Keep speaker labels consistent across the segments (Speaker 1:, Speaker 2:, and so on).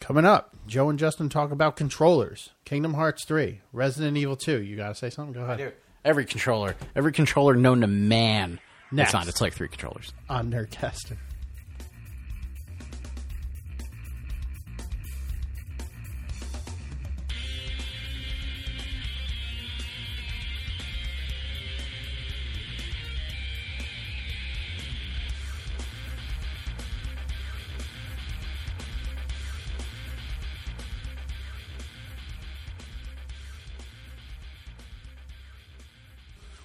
Speaker 1: Coming up, Joe and Justin talk about controllers, Kingdom Hearts 3, Resident Evil 2. You got to say something? Go ahead.
Speaker 2: Every controller, every controller known to man.
Speaker 1: Next.
Speaker 2: It's not. It's like three controllers.
Speaker 1: on Nerdcasting.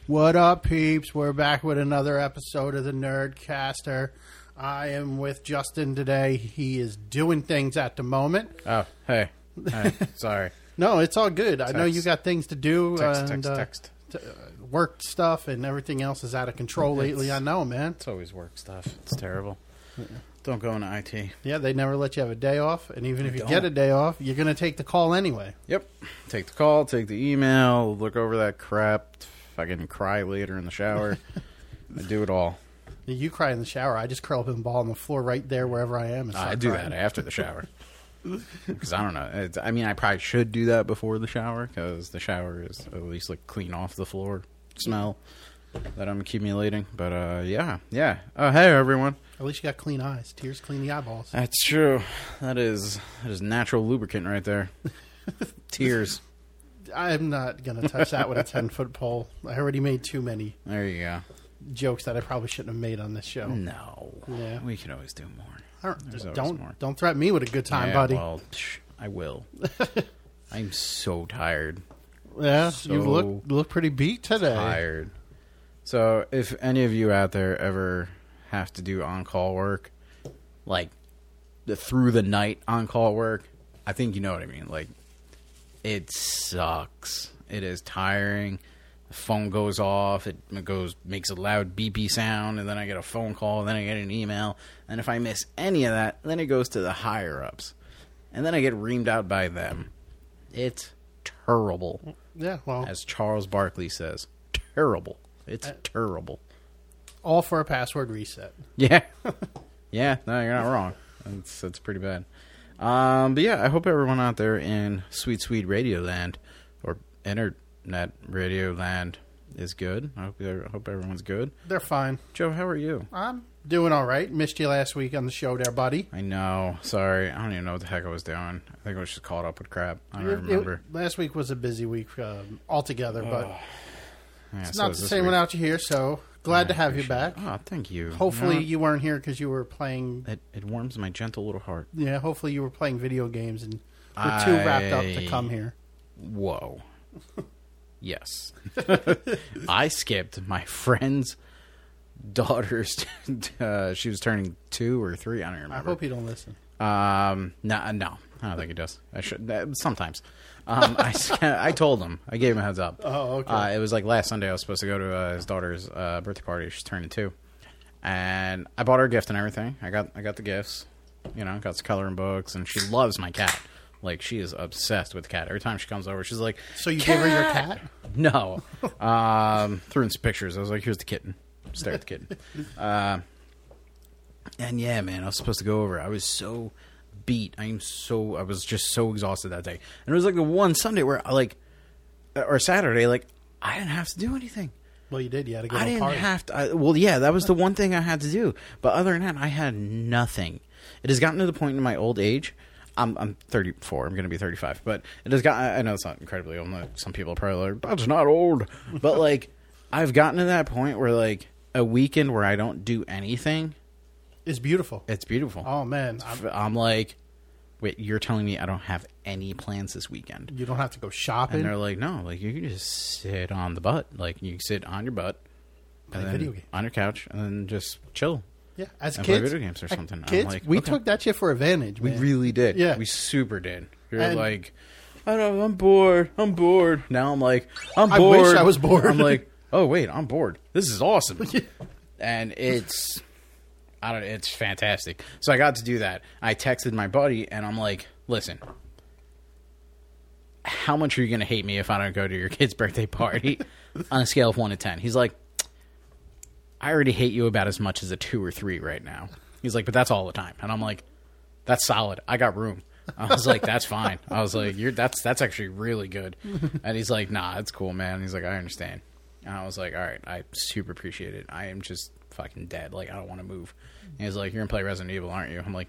Speaker 1: What up, peeps? We're back with another episode of the Nerdcaster. I am with Justin today. He is doing things at the moment.
Speaker 3: Oh, hey. Hey, sorry.
Speaker 1: No, it's all good. I know
Speaker 3: Text.
Speaker 1: you got things to do
Speaker 3: Text,
Speaker 1: and
Speaker 3: text,
Speaker 1: uh,
Speaker 3: text.
Speaker 1: t- uh, work stuff, and everything else is out of control lately. I know, man.
Speaker 3: It's always work stuff. It's terrible. Don't go into IT.
Speaker 1: Yeah, they never let you have a day off, and even if you
Speaker 3: don't.
Speaker 1: get a day off, you're going to take the call anyway.
Speaker 3: Yep. Take the call, take the email, look over that crap, fucking cry later in the shower. I do it all.
Speaker 1: You cry in the shower. I just curl up and ball on the floor right there wherever I am. And start
Speaker 3: I do
Speaker 1: crying.
Speaker 3: that after the shower. Because I don't know. It's, I mean, I probably should do that before the shower because the shower is at least like clean off the floor smell that I'm accumulating. But uh, yeah, yeah. Oh, hey, everyone.
Speaker 1: At least you got clean eyes. Tears clean the eyeballs.
Speaker 3: That's true. That is that is natural lubricant right there. Tears.
Speaker 1: I'm not going to touch that with a 10 foot pole. I already made too many
Speaker 3: There you go.
Speaker 1: jokes that I probably shouldn't have made on this show.
Speaker 3: No.
Speaker 1: Yeah.
Speaker 3: We can always do more.
Speaker 1: I don't-
Speaker 3: Hmm. There's always
Speaker 1: don't
Speaker 3: more.
Speaker 1: don't threaten me with a good time,
Speaker 3: Yeah,
Speaker 1: buddy.
Speaker 3: Well, psh, I will. I'm so tired.
Speaker 1: yeah, you
Speaker 3: so
Speaker 1: look look pretty beat today.
Speaker 3: Tired. So if any of you out there ever have to do on call work, like the through the night on call work, I think you know what I mean. Like it sucks. It is tiring. The phone goes off. It it goes makes a loud beepy sound, and then I get a phone call, and then I get an email, and if I miss any of that, then it goes to the higher ups, and then I get reamed out by them. It's terrible,
Speaker 1: Yeah, well,
Speaker 3: as Charles Barkley says. Terrible.
Speaker 1: Uh,
Speaker 3: It's terrible.
Speaker 1: all for a password reset.
Speaker 3: Yeah. yeah, no, you're not wrong. That's that's pretty bad. Um, but yeah, I hope everyone out there in sweet, sweet radio land or internet radio land is good. I hope, I hope everyone's good.
Speaker 1: They're fine.
Speaker 3: Joe, how are you?
Speaker 1: I'm doing all right. Missed you last week on the show, there, buddy.
Speaker 3: I know. Sorry. I don't even know what the heck I was doing. I think I was just caught up with crap. I don't
Speaker 1: It- it-
Speaker 3: remember.
Speaker 1: last week was a busy week um, altogether, but
Speaker 3: Yeah,
Speaker 1: it's
Speaker 3: so
Speaker 1: not
Speaker 3: is
Speaker 1: the
Speaker 3: this
Speaker 1: same
Speaker 3: week.
Speaker 1: without you here. So glad to
Speaker 3: I
Speaker 1: have you
Speaker 3: appreciate it.
Speaker 1: back.
Speaker 3: Oh, thank you.
Speaker 1: Hopefully,
Speaker 3: You know,
Speaker 1: you weren't here because you were playing.
Speaker 3: it, it warms my gentle little heart.
Speaker 1: Yeah, hopefully you were playing video games and were too wrapped up to
Speaker 3: I-
Speaker 1: come here.
Speaker 3: Whoa. yes. I skipped my friend's daughter's. uh, she was turning two or three. I don't
Speaker 1: I
Speaker 3: remember.
Speaker 1: hope you don't listen.
Speaker 3: Um, no, no, I don't think he does. I should uh, sometimes. Um, I, s- I told him. I gave him a heads up.
Speaker 1: Oh, okay.
Speaker 3: Uh, it was like last Sunday. I was supposed to go to uh, his daughter's uh, birthday party. She's turning two, and I bought her a gift and everything. I got I got the gifts. You know, got some coloring books, and she loves my cat. Like she is obsessed with the cat. Every time she comes over, she's like,
Speaker 1: So you gave her your cat?
Speaker 3: no. Um, threw in some pictures. I was like, here's the kitten. Stare at the kitten. Uh, and yeah, man, I was supposed to go over. I was so beat. I'm so, I was just so exhausted that day. And it was like the one Sunday where I like, uh, or Saturday, like, I didn't have to do anything.
Speaker 1: Well, you did. You had to go
Speaker 3: I
Speaker 1: to a
Speaker 3: didn't
Speaker 1: party.
Speaker 3: have to. I, well, yeah, that was the one thing I had to do. But other than that, I had nothing. It has gotten to the point in my old age. I'm, I'm 34. I'm going to be 35. But it has got. I I know it's not incredibly old. like, Some people are probably like, that's not old. But like, I've gotten to that point where like a weekend where I don't do anything,
Speaker 1: it's beautiful.
Speaker 3: it's beautiful.
Speaker 1: oh man, I'm,
Speaker 3: I'm like, wait, you're telling me I don't have any plans this weekend?
Speaker 1: you don't have to go
Speaker 3: And
Speaker 1: shopping.
Speaker 3: they're like, no, like you can just sit on the butt. Like you can sit on your butt,
Speaker 1: Play
Speaker 3: and then
Speaker 1: video games.
Speaker 3: on your couch, and then just chill.
Speaker 1: Yeah, as
Speaker 3: and play
Speaker 1: kids,
Speaker 3: video games or
Speaker 1: as
Speaker 3: something. I'm
Speaker 1: Kids,
Speaker 3: like,
Speaker 1: we
Speaker 3: okay.
Speaker 1: took that shit for advantage.
Speaker 3: We
Speaker 1: man.
Speaker 3: really did.
Speaker 1: Yeah.
Speaker 3: we super did. You're
Speaker 1: And-
Speaker 3: like, I don't. I'm bored. I'm bored. Now I'm like, I'm
Speaker 1: I wish
Speaker 3: bored.
Speaker 1: I was bored.
Speaker 3: I'm like, oh wait, I'm bored. This is awesome. and it's, I don't. It's fantastic. So I got to do that. I texted my buddy, and I'm like, listen. How much are you going to hate me if I don't go to your kid's birthday party on a scale of 1 to 10? He's like, I already hate you about as much as a two or three right now. He's like, but that's all the time. And I'm like, that's solid. I got room. I was like, "That's fine." I was like, "You're that's that's actually really good." And he's like, "Nah, that's cool, man." And he's like, "I understand." And I was like, "All right, I super appreciate it. I am just fucking dead. Like, I don't want to move." And he's like, "You're gonna play Resident Evil, aren't you?" I'm like,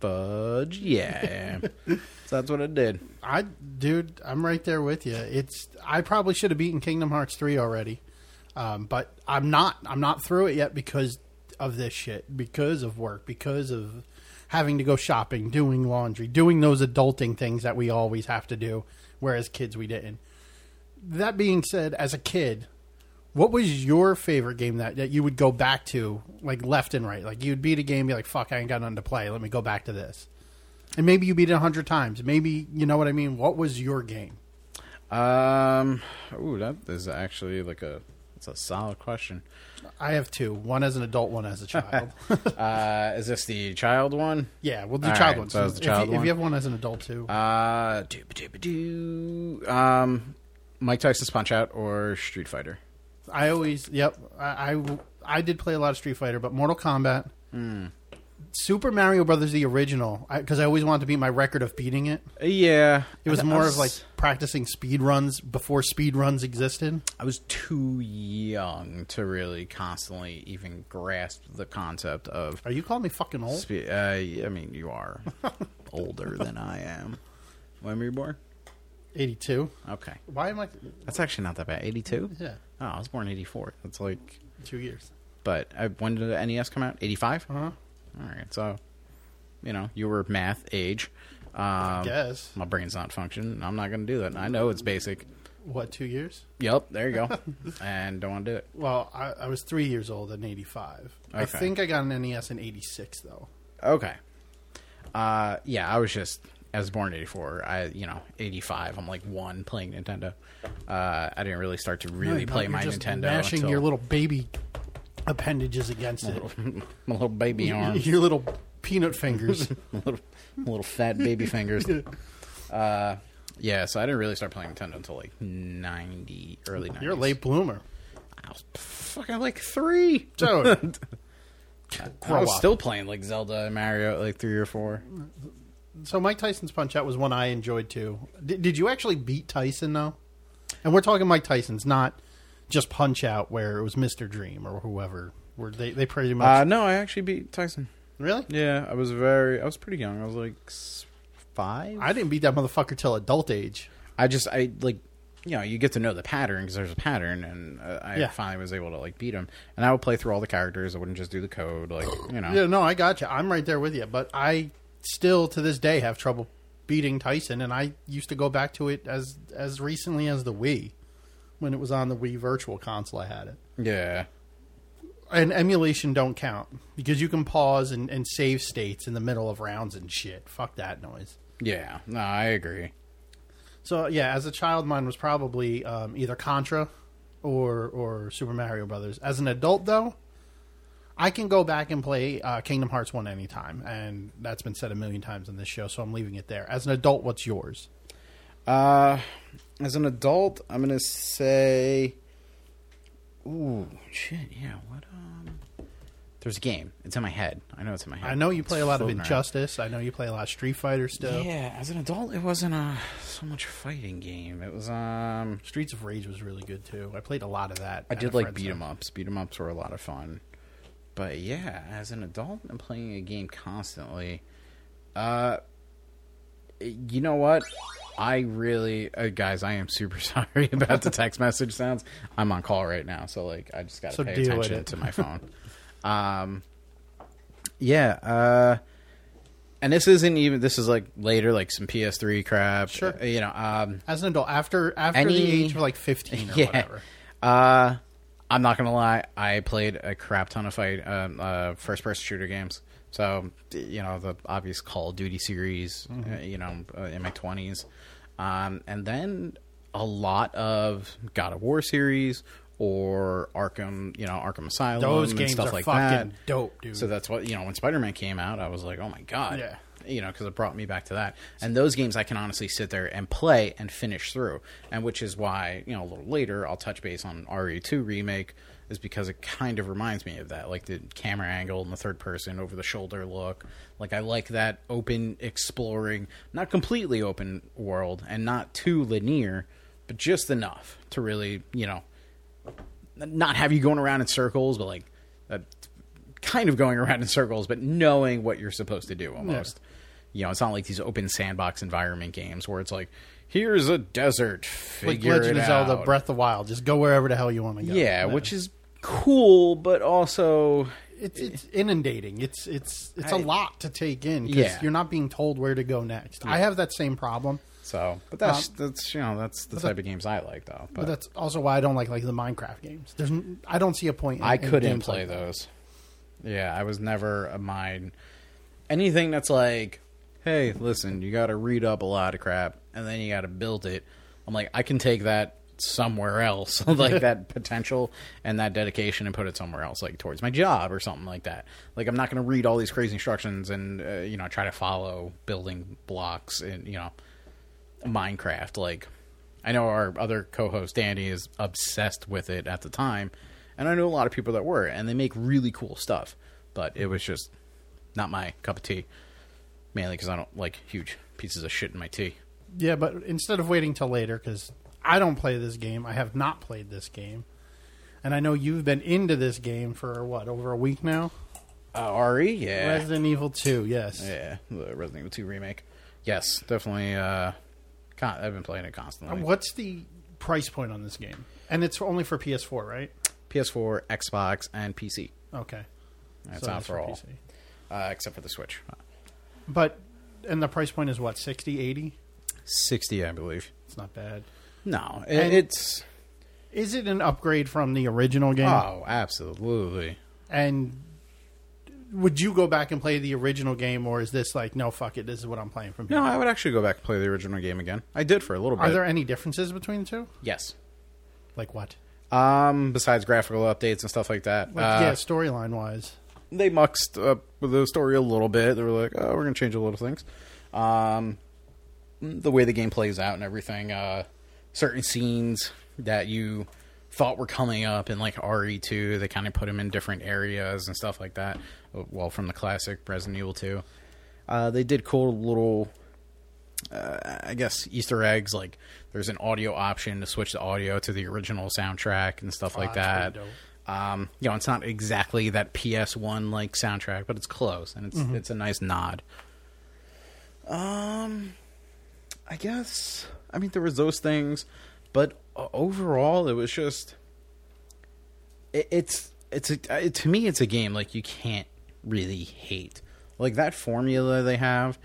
Speaker 3: "Fudge, yeah." so that's what I did.
Speaker 1: I, dude, I'm right there with you. It's I probably should have beaten Kingdom Hearts three already, um, but I'm not. I'm not through it yet because of this shit, because of work, because of having to go shopping, doing laundry, doing those adulting things that we always have to do, whereas kids we didn't. That being said, as a kid, what was your favorite game that, that you would go back to, like left and right? Like you'd beat a game, be like, "Fuck, I ain't got nothing to play. Let me go back to this." And maybe you beat it a hundred times. Maybe you know what I mean. What was your game?
Speaker 3: Um, ooh, that is actually like a it's a solid question.
Speaker 1: I have two. One as an adult, one as a child.
Speaker 3: Uh, is this the child one?
Speaker 1: yeah, we'll do
Speaker 3: All
Speaker 1: child
Speaker 3: right,
Speaker 1: ones.
Speaker 3: so it's the
Speaker 1: if,
Speaker 3: child
Speaker 1: you, if
Speaker 3: one.
Speaker 1: you have one as an adult too,
Speaker 3: Uh, doop doop doo. Um, Mike Tyson's Punch Out or Street Fighter.
Speaker 1: I always yep. I, I I did play a lot of Street Fighter, but Mortal Kombat,
Speaker 3: Hmm.
Speaker 1: Super Mario Brothers the original, because I, always wanted to beat my record of beating it.
Speaker 3: Yeah,
Speaker 1: It was more of like practicing speed runs before speed runs existed.
Speaker 3: I was too young to really constantly even grasp the concept of.
Speaker 1: Are you calling me fucking old?
Speaker 3: Spe- uh, yeah, I mean, you are older than I am. When were you born?
Speaker 1: Eighty two.
Speaker 3: Okay,
Speaker 1: Why am I?
Speaker 3: that's actually not that bad. Eighty-two.
Speaker 1: Yeah,
Speaker 3: Oh, I was born eighty-four. That's like.
Speaker 1: two years.
Speaker 3: But uh, when did the NES come out? Eighty-five.
Speaker 1: Uh-huh.
Speaker 3: All right, so you know you were math age. Um,
Speaker 1: guess.
Speaker 3: my brain's not functioning. I'm not going to do that. I know it's basic.
Speaker 1: What two years?
Speaker 3: Yep, there you go. and don't want to do it.
Speaker 1: Well, I, I was three years old in '85. I
Speaker 3: Okay.
Speaker 1: think I got an NES in '86, though.
Speaker 3: Okay. Uh, yeah, I was just I was born in '84. I you know '85. I'm like one playing Nintendo. Uh, I didn't really start to really
Speaker 1: No,
Speaker 3: play
Speaker 1: you're
Speaker 3: my
Speaker 1: just
Speaker 3: Nintendo
Speaker 1: mashing
Speaker 3: until
Speaker 1: your little batle appendages against it.
Speaker 3: my little baby arms,
Speaker 1: Your little peanut fingers.
Speaker 3: my little, my little fat baby fingers. Uh, yeah, so I didn't really start playing Nintendo until like '90, early '90s.
Speaker 1: You're a late bloomer.
Speaker 3: I was fucking like three.
Speaker 1: Dude,
Speaker 3: I
Speaker 1: grow
Speaker 3: was
Speaker 1: up.
Speaker 3: still playing like Zelda and Mario at like three or four.
Speaker 1: so Mike Tyson's Punch Out was one I enjoyed too. Did, did you actually beat Tyson though? And we're talking Mike Tyson's, not just Punch Out, where it was Mr. Dream or whoever. Where they they pretty much
Speaker 3: Uh, no, I actually beat Tyson.
Speaker 1: really.
Speaker 3: Yeah, I was very, I was pretty young. I was like s- five.
Speaker 1: I didn't beat that motherfucker till adult age.
Speaker 3: I just, I like, you know, you get to know the pattern because there's a pattern, and uh, I
Speaker 1: Yeah.
Speaker 3: finally was able to like beat him. And I would play through all the characters. I wouldn't just do the code, like you know.
Speaker 1: Yeah, no, I got you. I'm right there with you. But I still, to this day, have trouble beating Tyson, and I used to go back to it as as recently as the Wii, when it was on the Wii Virtual Console. I had it,
Speaker 3: Yeah.
Speaker 1: and emulation don't count because you can pause and, and save states in the middle of rounds and shit. Fuck that noise.
Speaker 3: Yeah. No, I agree.
Speaker 1: So yeah, as a child, mine was probably um, either Contra or or Super Mario Brothers. As an adult, though, I can go back and play uh, Kingdom Hearts One anytime, and that's been said a million times on this show, so I'm leaving it there. As an adult, what's yours?
Speaker 3: Uh, as an adult, I'm gonna say, ooh, shit, yeah. What? Um, there's a game. It's in my head. I know it's in my head.
Speaker 1: I know you play a lot of
Speaker 3: floating around.
Speaker 1: Injustice. I know you play a lot of Street Fighter still.
Speaker 3: Yeah, as an adult, it wasn't a so much a fighting game. It was um.
Speaker 1: Streets of Rage was really good too. I played a lot of that.
Speaker 3: I did like beat 'em ups. Beat 'em ups were a lot of fun. But yeah, as an adult, I'm playing a game constantly. Uh, you know what? I really, uh, guys, I am super sorry about the text message sounds. I'm on call right now, so like, I just gotta
Speaker 1: So
Speaker 3: pay
Speaker 1: deal with
Speaker 3: attention
Speaker 1: it.
Speaker 3: to my phone. um, yeah. Uh, and this isn't even. This is like later, like some PS3 crap.
Speaker 1: Sure.
Speaker 3: uh, You know. Um,
Speaker 1: As an adult, after after the
Speaker 3: Any-
Speaker 1: age of like 15 or whatever.
Speaker 3: uh, I'm not gonna lie. I played a crap ton of fight um, uh, first person shooter games. So d- you know the obvious Call of Duty series.
Speaker 1: Mm-hmm.
Speaker 3: Uh, you know uh, in my 20s, um, and then a lot of God of War series or Arkham. You know Arkham Asylum.
Speaker 1: Those
Speaker 3: and
Speaker 1: games
Speaker 3: stuff
Speaker 1: are
Speaker 3: like
Speaker 1: fucking
Speaker 3: that.
Speaker 1: dope, dude.
Speaker 3: So that's what you know. When Spider Man came out, I was like, oh my god.
Speaker 1: Yeah.
Speaker 3: You know, because it brought me back to that. And those games I can honestly sit there and play and finish through. And which is why you know a little later I'll touch base on RE2 E remake is because it kind of reminds me of that, like the camera angle and the third person over the shoulder look. Like I like that open exploring, not completely open world and not too linear, but just enough to really, you know, not have you going around in circles, but like uh, kind of going around in circles, but knowing what you're supposed to do almost. You know, it's not like these open sandbox environment games where it's like, here's a desert,
Speaker 1: Like
Speaker 3: figure
Speaker 1: Legend
Speaker 3: it
Speaker 1: of Zelda
Speaker 3: out.
Speaker 1: Breath of the Wild. Just go wherever the hell you want to go.
Speaker 3: yeah, which is cool, but also
Speaker 1: it's it's inundating. It's it's it's a
Speaker 3: Eh. I-
Speaker 1: lot to take in because
Speaker 3: Yeah.
Speaker 1: you're not being told where to go next. I have that same problem,
Speaker 3: so. But that's that's you know that's the
Speaker 1: that-
Speaker 3: type of games I like though.
Speaker 1: but
Speaker 3: But,
Speaker 1: that's also why I don't like like the Minecraft games. There's n- I don't see a point. In,
Speaker 3: I
Speaker 1: in
Speaker 3: couldn't
Speaker 1: games
Speaker 3: play
Speaker 1: like that.
Speaker 3: those. Yeah, I was never a mine. Anything that's like, hey, listen, you got to read up a lot of crap and then you got to build it. I'm like, I can take that somewhere else, like that potential and that dedication, and put it somewhere else, like towards my job or something like that. Like, I'm not going to read all these crazy instructions and uh, you know try to follow building blocks and you know Minecraft. Like, I know our other co-host Danny is obsessed with it at the time, and I know a lot of people that were, and they make really cool stuff. But it was just not my cup of tea, mainly because I don't like huge pieces of shit in my tea.
Speaker 1: Yeah, but instead of waiting till later because I don't play this game. I have not played this game, and I know you've been into this game for what over a week now.
Speaker 3: Uh, Re, yeah,
Speaker 1: Resident Evil Two, yes.
Speaker 3: yeah, the Resident Evil Two remake. Yes, definitely. Uh, con- I've been playing it constantly.
Speaker 1: What's the price point on this game? And it's only for PS4, right?
Speaker 3: PS4, Xbox, and PC.
Speaker 1: Okay,
Speaker 3: That's
Speaker 1: So
Speaker 3: not
Speaker 1: it's
Speaker 3: for all,
Speaker 1: PC.
Speaker 3: uh, except for the Switch.
Speaker 1: But and the price point is what 60, 80?
Speaker 3: Sixty, I believe.
Speaker 1: It's not bad.
Speaker 3: No, it,
Speaker 1: And-
Speaker 3: it's
Speaker 1: Is it an upgrade from the original game?
Speaker 3: oh, absolutely.
Speaker 1: And would you go back and play the original game, or is this like, no, fuck it, this is what I'm playing from here?
Speaker 3: No, I would actually go back and play the original game again. I did for a little bit.
Speaker 1: Are there any differences between the two?
Speaker 3: Yes.
Speaker 1: Like what?
Speaker 3: Um, besides graphical updates and stuff like that,
Speaker 1: Like,
Speaker 3: uh,
Speaker 1: yeah, storyline wise.
Speaker 3: they muxed up with the story a little bit. They were like, "Oh, we're gonna change a little things." Um, the way the game plays out and everything. Uh, certain scenes that you thought were coming up in like RE two, they kind of put them in different areas and stuff like that. Uh, Well, from the classic Resident Evil two, uh, they did cool little uh, I guess Easter eggs like there's an audio option to switch the audio to the original soundtrack and stuff like
Speaker 1: Ah, that's
Speaker 3: that.
Speaker 1: pretty
Speaker 3: Um, you know, it's not exactly that PS1 like soundtrack, but it's close and it's
Speaker 1: Mm-hmm.
Speaker 3: it's a nice nod. Um, I guess I mean there was those things, but o- overall it was just it, it's it's a, it, to me it's a game like you can't really hate like that formula they have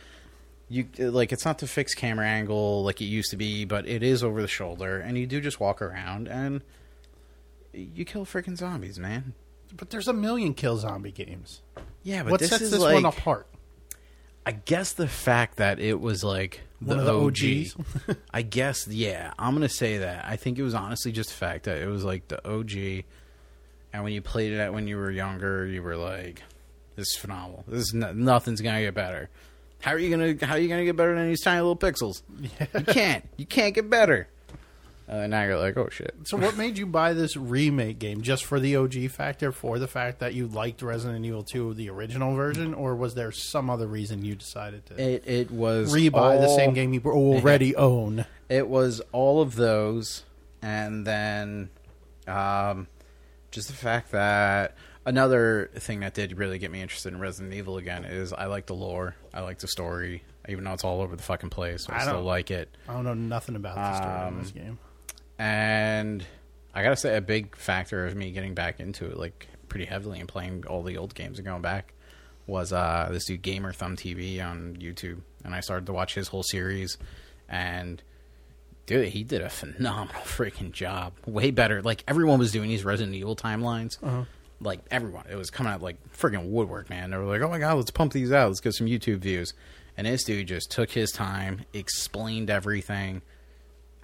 Speaker 3: you like it's not the fixed camera angle like it used to be but it is over the shoulder and you do just walk around and you kill freaking zombies man
Speaker 1: But there's a million kill zombie games.
Speaker 3: yeah but
Speaker 1: What
Speaker 3: this
Speaker 1: sets
Speaker 3: is
Speaker 1: this
Speaker 3: like
Speaker 1: one apart?
Speaker 3: i guess the fact that it was like the,
Speaker 1: One of the
Speaker 3: og i guess yeah i'm gonna say that i think it was honestly just the fact that it was like the og and when you played it when you were younger, you were like, "This is phenomenal. This is no- nothing's gonna get better. How are you gonna How are you gonna get better than these tiny little pixels? You can't. You can't get better." Uh, now you're like, "Oh shit."
Speaker 1: So, what made you buy this remake game just for the OG factor, for the fact that you liked Resident Evil 2, the original version, or was there some other reason you decided to
Speaker 3: It it was
Speaker 1: rebuy the
Speaker 3: all-
Speaker 1: same game you already own?
Speaker 3: It was all of those, and then um, just the fact that another thing that did really get me interested in Resident Evil again is I like the lore, I like the story, even though it's all over the fucking place. I,
Speaker 1: I
Speaker 3: still
Speaker 1: don't-
Speaker 3: like it.
Speaker 1: I don't know nothing about the story in
Speaker 3: Um,
Speaker 1: this game.
Speaker 3: and I gotta say, a big factor of me getting back into it, like pretty heavily, and playing all the old games and going back, was uh, this dude Gamer Thumb TV on YouTube, and I started to watch his whole series, and dude, he did a phenomenal freaking job, way better. Like everyone was doing these Resident Evil timelines. Like everyone, it was coming out like freaking woodwork, man. They were like, "Oh my god, let's pump these out. Let's get some YouTube views." And this dude just took his time, explained everything,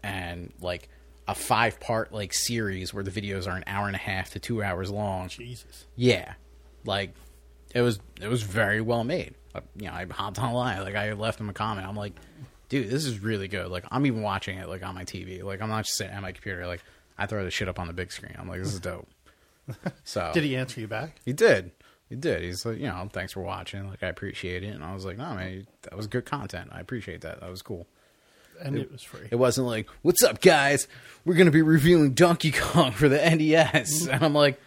Speaker 3: and like a five part like series where the videos are an hour and a half to two hours long.
Speaker 1: Jesus.
Speaker 3: Yeah, like it was it was very well made. Uh, You know, I hopped online, like I left him a comment. I'm like, dude, this is really good. Like I'm even watching it like on my TV. Like I'm not just sitting at my computer. Like I throw this shit up on the big screen. I'm like, this is dope. So
Speaker 1: Did he answer you back?
Speaker 3: He did. He did. He's like, you know, thanks for watching. Like, I appreciate it. And I was like, no, man, that was good content. I appreciate that. That was cool.
Speaker 1: And it, was free.
Speaker 3: It wasn't like, what's up, guys? We're going to be reviewing Donkey Kong for the NES. And I'm like,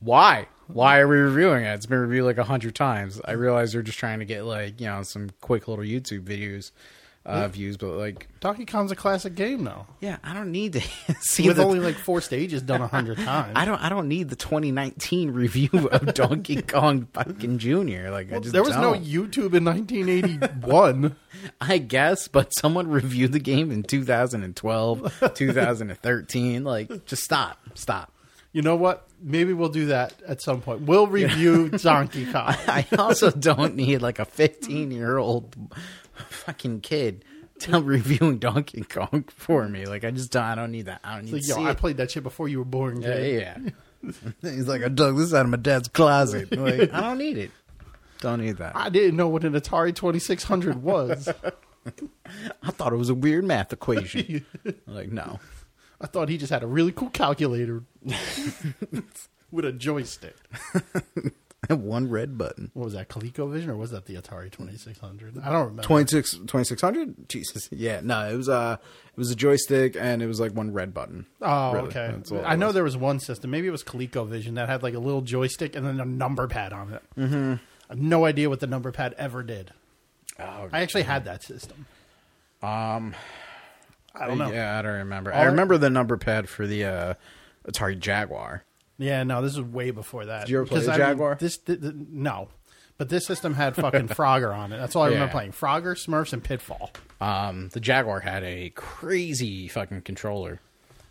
Speaker 3: why? Why are we reviewing it? It's been reviewed like a hundred times. I realize they're just trying to get like, you know, some quick little YouTube videos uh, views, but like,
Speaker 1: Donkey Kong's a classic game, though.
Speaker 3: yeah, I don't need to see
Speaker 1: With
Speaker 3: the,
Speaker 1: only like four stages done a hundred times.
Speaker 3: I don't. I don't need the 2019 review of Donkey Kong fucking Junior. Like I just
Speaker 1: there was no
Speaker 3: don't.
Speaker 1: YouTube in 1981.
Speaker 3: I guess, but someone reviewed the game in 2012, 2013. Like, just stop, stop.
Speaker 1: you know what? Maybe we'll do that at some point. We'll review Donkey Kong.
Speaker 3: I also don't need like a 15 year old fucking kid to reviewing Donkey Kong for me. Like, I just don't. I don't need that. I don't need
Speaker 1: Like,
Speaker 3: to
Speaker 1: yo,
Speaker 3: see
Speaker 1: I
Speaker 3: it.
Speaker 1: played that shit before you were born.
Speaker 3: Yeah,
Speaker 1: kid.
Speaker 3: yeah. He's like, I dug this out of my dad's closet. Like, I don't need it. Don't need that.
Speaker 1: I didn't know what an Atari 2600 was.
Speaker 3: I thought it was a weird math equation. like, no.
Speaker 1: I thought he just had a really cool calculator with a joystick.
Speaker 3: One red button.
Speaker 1: What was that, ColecoVision, or was that the Atari 2600? I don't remember.
Speaker 3: 26 2600? Jesus. Yeah, no, it was uh it was a joystick and it was like one red button.
Speaker 1: Oh,
Speaker 3: Really,
Speaker 1: okay.
Speaker 3: that's all it
Speaker 1: I know
Speaker 3: was.
Speaker 1: there was one system. Maybe it was ColecoVision that had like a little joystick and then a number pad on it. Mm-hmm. I have no idea what the number pad ever did.
Speaker 3: Oh,
Speaker 1: I actually had that system. Um, I don't know. Yeah.
Speaker 3: Yeah, I don't remember. I
Speaker 1: All-
Speaker 3: remember the number pad for the uh Atari Jaguar.
Speaker 1: no, this is way before that. Did
Speaker 3: you ever play the Jaguar?
Speaker 1: this th- th- no, but this system had fucking Frogger on it. That's all I
Speaker 3: Yeah.
Speaker 1: remember playing: Frogger, Smurfs, and Pitfall.
Speaker 3: Um the Jaguar had a crazy fucking controller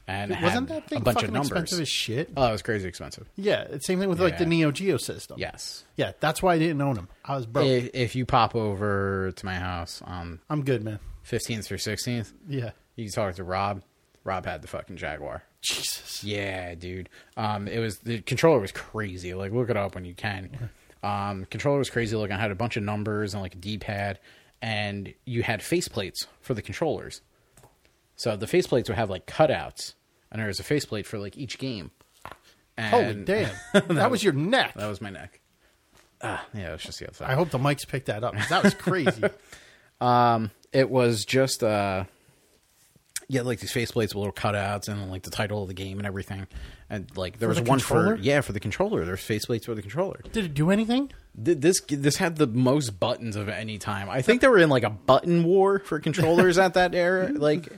Speaker 3: and it
Speaker 1: Wasn't
Speaker 3: had
Speaker 1: that thing
Speaker 3: a bunch
Speaker 1: fucking
Speaker 3: of numbers.
Speaker 1: expensive as shit?
Speaker 3: oh, it was crazy expensive.
Speaker 1: yeah, it's same thing with like the
Speaker 3: Yeah.
Speaker 1: Neo Geo system.
Speaker 3: Yes.
Speaker 1: yeah, that's why I didn't own them. I was broke.
Speaker 3: If, if you pop over to my house on
Speaker 1: I'm good, man.
Speaker 3: 15th through 16th,
Speaker 1: Yeah,
Speaker 3: you can talk to Rob. Rob had the fucking Jaguar.
Speaker 1: Jesus.
Speaker 3: Yeah, dude. Um, it was the controller was crazy. Like, look it up when you can. Um, controller was crazy looking. I had a bunch of numbers and like a D pad, and you had faceplates for the controllers. So the faceplates would have like cutouts, and there was a faceplate for like each game.
Speaker 1: Holy
Speaker 3: And
Speaker 1: damn! that was your neck.
Speaker 3: That was my neck. Ah, yeah, it's just the other side.
Speaker 1: I hope the mics picked that up. 'cause That was crazy.
Speaker 3: it was just uh yeah like these faceplates with little cutouts and like the title of the game and everything and like there
Speaker 1: For
Speaker 3: was
Speaker 1: the
Speaker 3: one
Speaker 1: controller?
Speaker 3: for yeah for the controller there's faceplates for the controller
Speaker 1: Did it do anything?
Speaker 3: Th- this this had the most buttons of any time i think they were in like a button war for controllers at that era like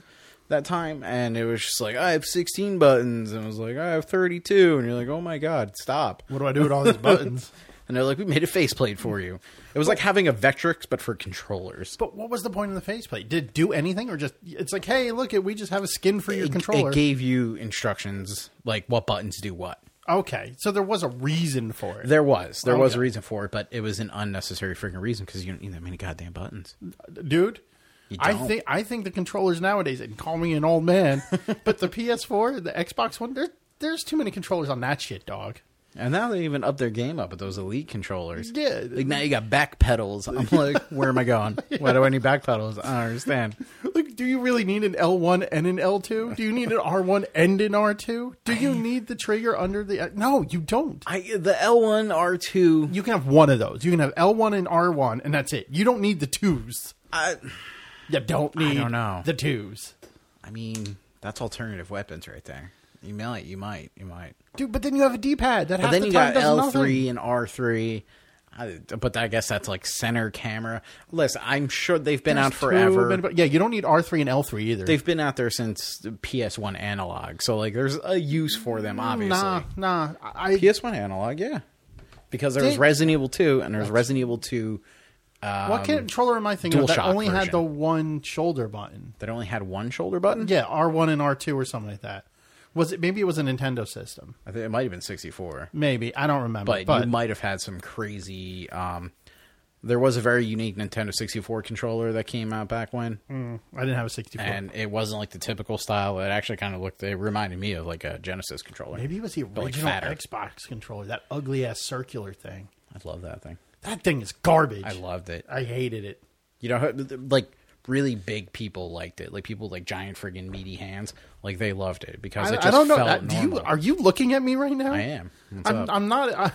Speaker 3: that time and it was just like i have 16 buttons and it was like i have 32 and you're like oh my god stop
Speaker 1: What do I do with all these buttons?
Speaker 3: and they're like we made a faceplate for you it was like having a vectrix but for controllers
Speaker 1: But what was the point of the faceplate? Did it do anything, or just it's like, hey, look, it we just have a skin for your
Speaker 3: it,
Speaker 1: controller?
Speaker 3: it gave you instructions like what buttons do what.
Speaker 1: okay, so there was a reason for it.
Speaker 3: There was there was a
Speaker 1: Okay.
Speaker 3: reason for it, but it was an unnecessary freaking reason because you don't need that many goddamn buttons.
Speaker 1: dude. I
Speaker 3: don't.
Speaker 1: think I think the controllers nowadays, and call me an old man, but the PS4, the Xbox One, there, there's too many controllers on that shit, dog.
Speaker 3: And now they even up their game up with those elite controllers.
Speaker 1: Yeah.
Speaker 3: like now you got back pedals. I'm like, where am I going? Why do I need back pedals? I don't understand.
Speaker 1: Like, do you really need an L1 and an L2? Do you need an R1 and an R2? Do you need the trigger under the? No, you don't.
Speaker 3: I the L1 R2.
Speaker 1: You can have one of those. You can have L1 and R1, and that's it. You don't need the twos.
Speaker 3: I,
Speaker 1: You don't need
Speaker 3: don't know.
Speaker 1: the twos.
Speaker 3: I mean, that's alternative weapons right there. You might, you might, you might.
Speaker 1: Dude, but then you have a D pad that half
Speaker 3: But then
Speaker 1: the
Speaker 3: you
Speaker 1: time
Speaker 3: got
Speaker 1: does
Speaker 3: L
Speaker 1: nothing.
Speaker 3: three and R three. But I guess that's like center camera. Listen, I'm sure they've been out
Speaker 1: There's
Speaker 3: forever.
Speaker 1: too many- but yeah, you don't need R three and L three either.
Speaker 3: they've been out there since the PS1 analog. So like, there's a use for them, obviously.
Speaker 1: nah, nah. I
Speaker 3: PS1 analog, yeah. Because there was
Speaker 1: Did-
Speaker 3: Resident Evil two, and there's Resident Evil two. Um,
Speaker 1: what controller am I thinking of that
Speaker 3: DualShock
Speaker 1: only had
Speaker 3: version.
Speaker 1: the one shoulder button?
Speaker 3: That only had one shoulder button.
Speaker 1: Yeah, R one and R two or something like that. Was it maybe it was a Nintendo system?
Speaker 3: I think it might have been 64.
Speaker 1: Maybe I don't remember.
Speaker 3: but,
Speaker 1: But,
Speaker 3: you might have had some crazy. Um, there was a very unique Nintendo 64 controller that came out back when.
Speaker 1: I didn't have a sixty four.
Speaker 3: and it wasn't like the typical style. It actually kind of looked. It reminded me of like a Genesis controller.
Speaker 1: Maybe it was the
Speaker 3: But, like,
Speaker 1: original
Speaker 3: fatter.
Speaker 1: Xbox controller, that ugly ass circular thing.
Speaker 3: I love that thing.
Speaker 1: That thing is garbage.
Speaker 3: I loved it.
Speaker 1: I hated it.
Speaker 3: You know, like really big people liked it. Like people with, like giant friggin' meaty hands, like they loved it because
Speaker 1: I,
Speaker 3: it
Speaker 1: I
Speaker 3: just
Speaker 1: don't know.
Speaker 3: felt
Speaker 1: Uh, do you,
Speaker 3: normal.
Speaker 1: are you looking at me right now?
Speaker 3: I am. What's
Speaker 1: I'm,
Speaker 3: up?
Speaker 1: I'm not. I,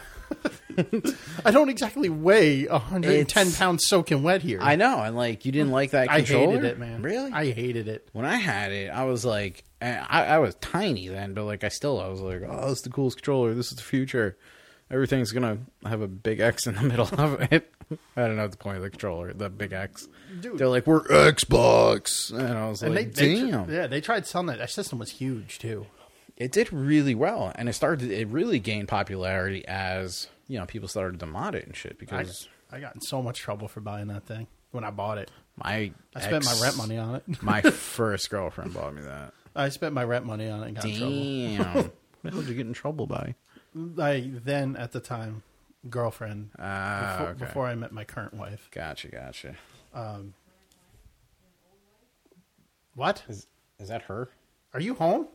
Speaker 1: I don't exactly weigh 110
Speaker 3: It's-
Speaker 1: pounds soaking wet here.
Speaker 3: I know, and like you didn't like that
Speaker 1: I
Speaker 3: controller,
Speaker 1: hated it, man.
Speaker 3: Really?
Speaker 1: I hated it.
Speaker 3: when I had it, I was like, and I, I was tiny then, but like I still, I was like, oh, this is the coolest controller. This is the future. Everything's gonna have a big X in the middle of it. I don't know what the point of the controller, the big X.
Speaker 1: Dude.
Speaker 3: They're like, we're Xbox, and I was
Speaker 1: And
Speaker 3: like,
Speaker 1: they, they,
Speaker 3: damn,
Speaker 1: yeah, they tried selling it. That system was huge too.
Speaker 3: it did really well, and it started. It really gained popularity as you know people started to mod it and shit
Speaker 1: I,
Speaker 3: because
Speaker 1: I got in so much trouble for buying that thing when I bought it.
Speaker 3: my
Speaker 1: I spent
Speaker 3: ex-
Speaker 1: my rent money on it.
Speaker 3: My first girlfriend bought me that.
Speaker 1: I spent my rent money on it and got in
Speaker 3: Damn, what did you get in trouble
Speaker 1: trouble.
Speaker 3: by?
Speaker 1: I then at the time girlfriend
Speaker 3: Ah,
Speaker 1: before,
Speaker 3: okay.
Speaker 1: before I met my current wife.
Speaker 3: Gotcha, gotcha.
Speaker 1: What?
Speaker 3: Is is that her?
Speaker 1: Are you home?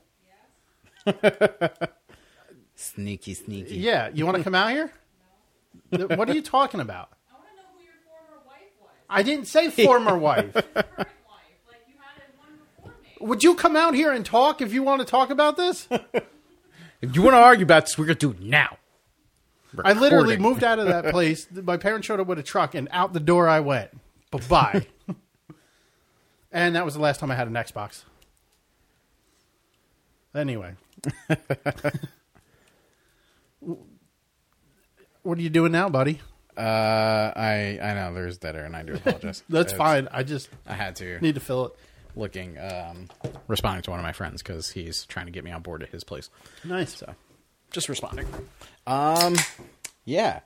Speaker 3: Sneaky, sneaky.
Speaker 1: Yeah, you want to come out here? Th- What are you talking about?
Speaker 4: I want to know who your former wife was.
Speaker 1: I didn't say former wife.
Speaker 4: Your current wife, like you had one before me.
Speaker 1: Would you come out here and talk if you want to talk about this?
Speaker 3: If you want to argue about this, we're gonna do it now.
Speaker 1: I literally
Speaker 3: Recording.
Speaker 1: moved out of that place. My parents showed up with a truck, and out the door I went. Bye bye. and that was the last time I had an Xbox. Anyway, what are you doing now, buddy?
Speaker 3: Uh, I I know there's deader, and I do apologize.
Speaker 1: That's
Speaker 3: It's-
Speaker 1: fine. I just
Speaker 3: I had to
Speaker 1: need to fill it.
Speaker 3: looking um responding to one of my friends because he's trying to get me on board at his place.
Speaker 1: Nice.
Speaker 3: So just responding. Um, yeah.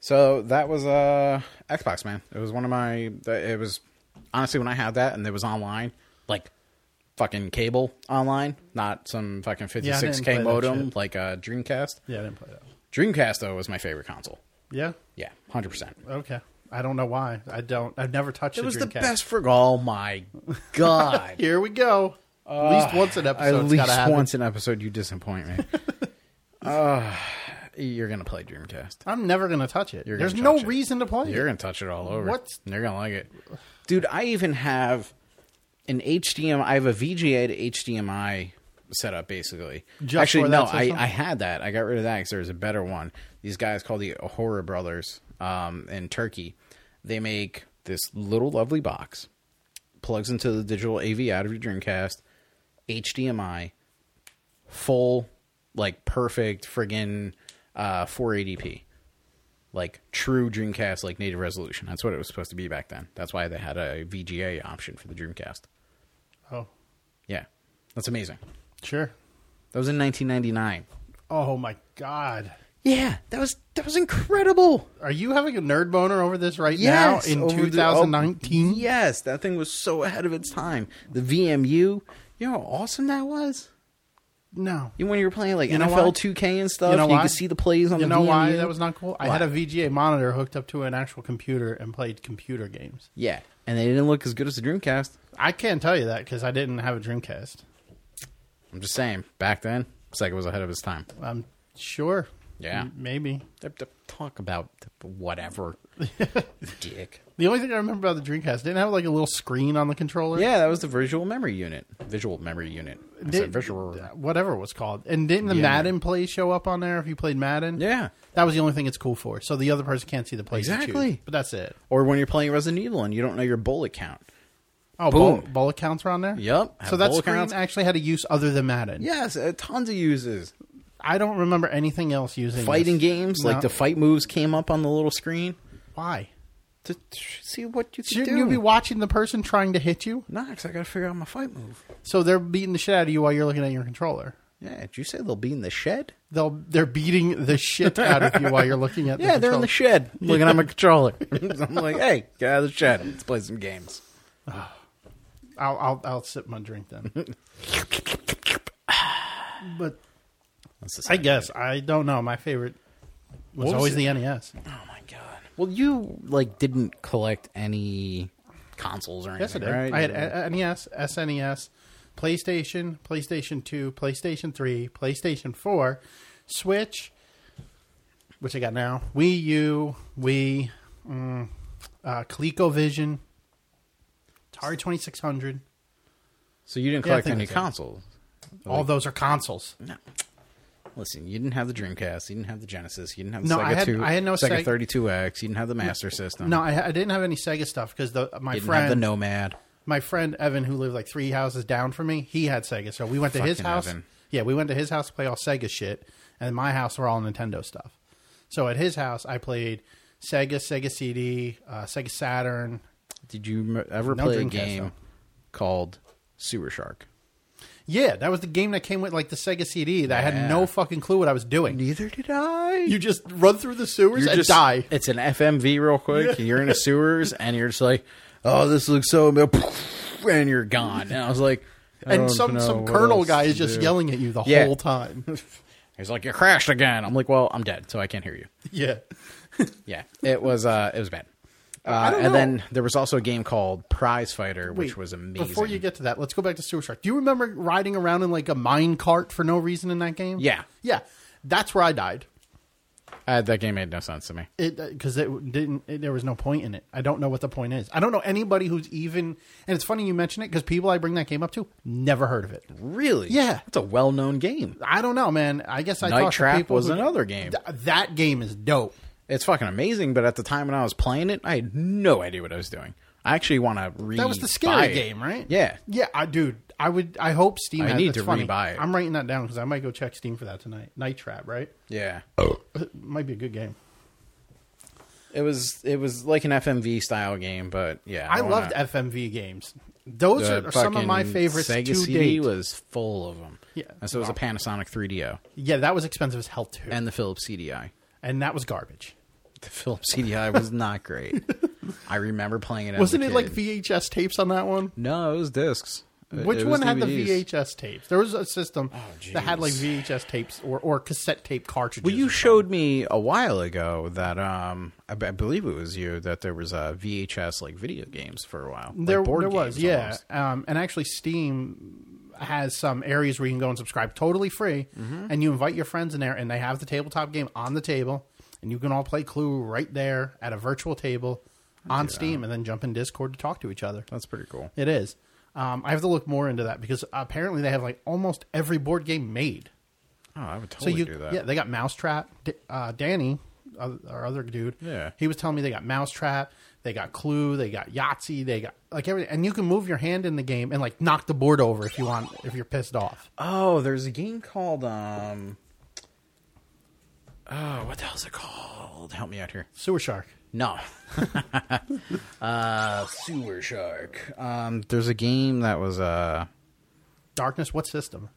Speaker 3: So that was uh Xbox man. It was one of my. It was honestly when I had that and it was online like fucking cable online, not some fucking
Speaker 1: didn't
Speaker 3: 56k
Speaker 1: play that
Speaker 3: modem
Speaker 1: shit.
Speaker 3: like uh Dreamcast.
Speaker 1: Yeah, I didn't play that.
Speaker 3: Dreamcast though was my favorite console.
Speaker 1: Yeah.
Speaker 3: Yeah, hundred percent.
Speaker 1: Okay. I don't know why. I don't. I've never touched.
Speaker 3: It
Speaker 1: a
Speaker 3: was the
Speaker 1: Dreamcast.
Speaker 3: best for all my god.
Speaker 1: Here we go. at least once an episode.
Speaker 3: Uh, At least once an episode, you disappoint me. Ah, you're gonna play Dreamcast.
Speaker 1: I'm never gonna touch it.
Speaker 3: You're gonna
Speaker 1: There's no
Speaker 3: touch it.
Speaker 1: reason to play
Speaker 3: You're
Speaker 1: it.
Speaker 3: gonna touch it all over.
Speaker 1: What's-
Speaker 3: And You're gonna like it, dude. I even have an HDMI. I have a VGA to HDMI setup, basically.
Speaker 1: Just
Speaker 3: Actually,
Speaker 1: for
Speaker 3: no,
Speaker 1: that
Speaker 3: I,
Speaker 1: system?
Speaker 3: I had that. I got rid of that because there was a better one. These guys called the Ahura Brothers um, in Turkey. They make this little lovely box, plugs into the digital AV out of your Dreamcast, HDMI, full, like perfect friggin' uh, 480p like true Dreamcast like native resolution. That's what it was supposed to be back then. That's why they had a VGA option for the Dreamcast.
Speaker 1: Oh,
Speaker 3: Yeah. That's amazing.
Speaker 1: sure.
Speaker 3: That was in 1999.
Speaker 1: Oh my god.
Speaker 3: Yeah, that was that was incredible.
Speaker 1: Are you having a nerd boner over this right
Speaker 3: Yes,
Speaker 1: now in
Speaker 3: over the-
Speaker 1: 2019?
Speaker 3: oh, yes, that thing was so ahead of its time. The VMU, you know how awesome that was.
Speaker 1: No.
Speaker 3: You know, when you were playing like
Speaker 1: You know
Speaker 3: NFL
Speaker 1: why?
Speaker 3: 2K and stuff,
Speaker 1: You
Speaker 3: you,
Speaker 1: know why?
Speaker 3: could see the plays on
Speaker 1: You
Speaker 3: the
Speaker 1: know
Speaker 3: VMU.
Speaker 1: why that was not cool? I
Speaker 3: Why?
Speaker 1: had a VGA monitor hooked up to an actual computer and played computer games.
Speaker 3: Yeah, and they didn't look as good as the Dreamcast.
Speaker 1: I can't tell you that because I didn't have a Dreamcast.
Speaker 3: I'm just saying, back then, Sega was ahead of its time.
Speaker 1: I'm sure.
Speaker 3: Yeah.
Speaker 1: M- Maybe.
Speaker 3: T- t- Talk about whatever, dick.
Speaker 1: The only thing I remember about the Dreamcast didn't it have like a little screen on the controller.
Speaker 3: Yeah, that was the visual memory unit. Visual memory unit. I said
Speaker 1: Did-
Speaker 3: visual.
Speaker 1: whatever it was called. And didn't the
Speaker 3: Yeah.
Speaker 1: Madden play show up on there if you played Madden?
Speaker 3: Yeah.
Speaker 1: That was the only thing it's cool for. So the other person can't see the plays you choose.
Speaker 3: Exactly.
Speaker 1: But that's it.
Speaker 3: Or when you're playing Resident Evil and you don't know your bullet count.
Speaker 1: Oh,
Speaker 3: Boom.
Speaker 1: bullet, bullet counts are on there.
Speaker 3: Yep,
Speaker 1: So
Speaker 3: have
Speaker 1: that
Speaker 3: bullet
Speaker 1: screen
Speaker 3: counts.
Speaker 1: actually had a use other than Madden.
Speaker 3: Yes, uh, tons of uses.
Speaker 1: I don't remember anything else using
Speaker 3: Fighting
Speaker 1: this.
Speaker 3: games,
Speaker 1: No.
Speaker 3: like the fight moves came up on the little screen
Speaker 1: Why?
Speaker 3: to to see what you could
Speaker 1: Shouldn't
Speaker 3: do.
Speaker 1: you be watching the person trying to hit you?
Speaker 3: Nah, 'cause I got to figure out my fight move.
Speaker 1: So they're beating the shit out of you while you're looking at your controller.
Speaker 3: Yeah, did you say they'll be in the shed?
Speaker 1: They'll they're beating the shit out of you while you're looking at.
Speaker 3: Yeah,
Speaker 1: the
Speaker 3: they're
Speaker 1: controller.
Speaker 3: in the shed looking at my controller. I'm like, hey, get out of the shed. Let's play some games.
Speaker 1: I'll, I'll I'll sip my drink then. but
Speaker 3: That's the
Speaker 1: I
Speaker 3: same.
Speaker 1: guess I don't know. My favorite was,
Speaker 3: was
Speaker 1: always
Speaker 3: it?
Speaker 1: the E NES.
Speaker 3: Oh my god. Well, you like didn't collect any consoles or anything,
Speaker 1: Yes, I did.
Speaker 3: right?
Speaker 1: I had uh, E a- NES, SNES, PlayStation, PlayStation 2, PlayStation 3, PlayStation 4, Switch, which I got now, Wii U, Wii, mm, uh, ColecoVision, Atari 2600.
Speaker 3: So you didn't
Speaker 1: Yeah, I
Speaker 3: collect
Speaker 1: think
Speaker 3: any
Speaker 1: that's it.
Speaker 3: consoles.
Speaker 1: All those are consoles.
Speaker 3: Listen, you didn't have the Dreamcast, you didn't have the Genesis, you didn't have the
Speaker 1: No,
Speaker 3: Sega
Speaker 1: I had-
Speaker 3: 2,
Speaker 1: I had no
Speaker 3: Sega
Speaker 1: Seg-
Speaker 3: 32X, you didn't have the Master System,
Speaker 1: No, I, I didn't have any Sega stuff because the my
Speaker 3: you didn't
Speaker 1: friend
Speaker 3: have the Nomad.
Speaker 1: my friend Evan, who lived like three houses down from me, he had Sega. So we went to his
Speaker 3: Fucking
Speaker 1: house.
Speaker 3: Evan.
Speaker 1: Yeah, we went to his house to play all Sega shit, and in my house were all Nintendo stuff. So at his house, I played Sega, Sega CD, uh, Sega Saturn.
Speaker 3: Did you m- ever
Speaker 1: No
Speaker 3: play a
Speaker 1: Dreamcast,
Speaker 3: game
Speaker 1: though.
Speaker 3: called Sewer Shark?
Speaker 1: Yeah, that was the game that came with like the Sega CD. That I
Speaker 3: Yeah.
Speaker 1: had no fucking clue what I was doing.
Speaker 3: Neither did I.
Speaker 1: You just run through the sewers and
Speaker 3: just-
Speaker 1: die.
Speaker 3: It's an FMV real quick. and You're in the sewers and you're just like, oh, this looks so, am- and you're gone. And I was like, I
Speaker 1: And
Speaker 3: don't
Speaker 1: some
Speaker 3: know
Speaker 1: some
Speaker 3: what
Speaker 1: colonel
Speaker 3: else
Speaker 1: guy
Speaker 3: to
Speaker 1: is just
Speaker 3: do.
Speaker 1: yelling at you the
Speaker 3: Yeah.
Speaker 1: whole time.
Speaker 3: He's like, you crashed again. I'm like, well, I'm dead, so I can't hear you.
Speaker 1: yeah.
Speaker 3: Yeah, it was uh, it was bad. Uh,
Speaker 1: don't
Speaker 3: and
Speaker 1: know.
Speaker 3: then there was also a game called Prize Fighter, which
Speaker 1: Wait,
Speaker 3: was amazing.
Speaker 1: Before you get to that, let's go back to Sewer Shark. Do you remember riding around in like a mine cart for no reason in that game?
Speaker 3: Yeah.
Speaker 1: yeah, that's where I died.
Speaker 3: uh, that game made no sense to me.
Speaker 1: It because it didn't. It, there was no point in it. I don't know what the point is. I don't know anybody who's even. And it's funny you mention it because people I bring that game up to never heard of it.
Speaker 3: Really?
Speaker 1: Yeah.
Speaker 3: it's a well-known game.
Speaker 1: I don't know, man. I guess I
Speaker 3: Night
Speaker 1: talked to
Speaker 3: Trap
Speaker 1: people
Speaker 3: was
Speaker 1: who-
Speaker 3: another game.
Speaker 1: Th- that game is dope.
Speaker 3: It's fucking amazing, but at the time when I was playing it, I had no idea what I was doing. I actually want to re.
Speaker 1: That was the
Speaker 3: buy
Speaker 1: scary
Speaker 3: it.
Speaker 1: game, right?
Speaker 3: Yeah.
Speaker 1: yeah. I dude, I would. I hope Steam.
Speaker 3: I
Speaker 1: has-
Speaker 3: need
Speaker 1: that's
Speaker 3: to
Speaker 1: funny.
Speaker 3: rebuy it.
Speaker 1: I'm writing that down because I might go check Steam for that tonight. Night Trap, right?
Speaker 3: Yeah,
Speaker 1: Might be a good game.
Speaker 3: it was it was like an FMV style game, but yeah,
Speaker 1: I
Speaker 3: wanna-
Speaker 1: loved FMV games. Those
Speaker 3: the
Speaker 1: are some of my
Speaker 3: fucking
Speaker 1: favorites
Speaker 3: Sega
Speaker 1: to
Speaker 3: CD
Speaker 1: date.
Speaker 3: was full of them.
Speaker 1: Yeah.
Speaker 3: and so was a Panasonic 3DO
Speaker 1: yeah, that was expensive as hell too, and,
Speaker 3: and the Philips CDI.
Speaker 1: that was garbage.
Speaker 3: The Philips CDI was not great. I remember playing it. As
Speaker 1: Wasn't
Speaker 3: a
Speaker 1: it
Speaker 3: kid.
Speaker 1: like VHS tapes on that one?
Speaker 3: No, it was discs. It-
Speaker 1: Which
Speaker 3: it was
Speaker 1: one had the
Speaker 3: DVDs.
Speaker 1: VHS tapes? There was a system that had like VHS tapes or, or cassette tape cartridges.
Speaker 3: Well, you
Speaker 1: or
Speaker 3: showed me a while ago that um, I, b- I believe it was you that there was uh, VHS like video games for a while. Like
Speaker 1: There,
Speaker 3: board
Speaker 1: there was,
Speaker 3: games
Speaker 1: yeah.
Speaker 3: almost.
Speaker 1: Um, and actually, Steam has some areas where you can go and subscribe totally free, and you invite your friends in there, and they have the tabletop game on the table, and you can all play Clue right there at a virtual table on Steam, and then jump in Discord to talk to each other.
Speaker 3: That's pretty cool.
Speaker 1: It is. Um, I have to look more into that because apparently they have like almost every board game made.
Speaker 3: Oh, I would
Speaker 1: So
Speaker 3: totally
Speaker 1: you,
Speaker 3: do that.
Speaker 1: yeah, they got Mousetrap. D- Uh, Danny, uh, our other dude,
Speaker 3: Yeah.
Speaker 1: he was telling me they got Mousetrap, they got Clue, they got Yahtzee, they got like everything, and you can move your hand in the game and like knock the board over if you want, if you're pissed off.
Speaker 3: Oh, there's a game called um. Oh, what the hell's it called? Help me out here.
Speaker 1: Sewer Shark.
Speaker 3: No. uh, Sewer Shark. Um, there's a game that was uh.
Speaker 1: Darkness. What system?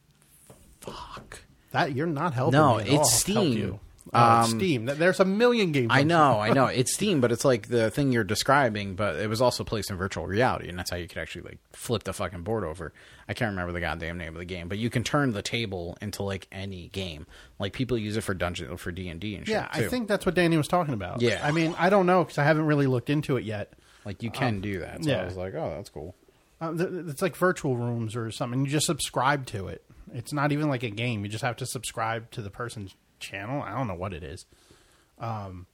Speaker 1: Fuck. That you're not helping.
Speaker 3: No,
Speaker 1: me at
Speaker 3: it's
Speaker 1: all.
Speaker 3: Steam. Um,
Speaker 1: Help you. Oh, it's Steam. Th- There's a million games.
Speaker 3: I
Speaker 1: on
Speaker 3: know, I know. It's Steam, but it's like the thing you're describing, but it was also placed in virtual reality, and that's how you could actually like flip the fucking board over. I can't remember the goddamn name of the game, but you can turn the table into like any game. Like people use it for dungeon for D and D and shit.
Speaker 1: Yeah, I
Speaker 3: too.
Speaker 1: think that's what Danny was talking about.
Speaker 3: Yeah.
Speaker 1: I mean, I don't know because I haven't really looked into it yet.
Speaker 3: like you can do that. So
Speaker 1: um, yeah.
Speaker 3: I was like, oh, that's cool.
Speaker 1: Uh, th- th- it's like virtual rooms or something. You just subscribe to it. It's not even like a game. You just have to subscribe to the person's channel. I don't know what it is. Um,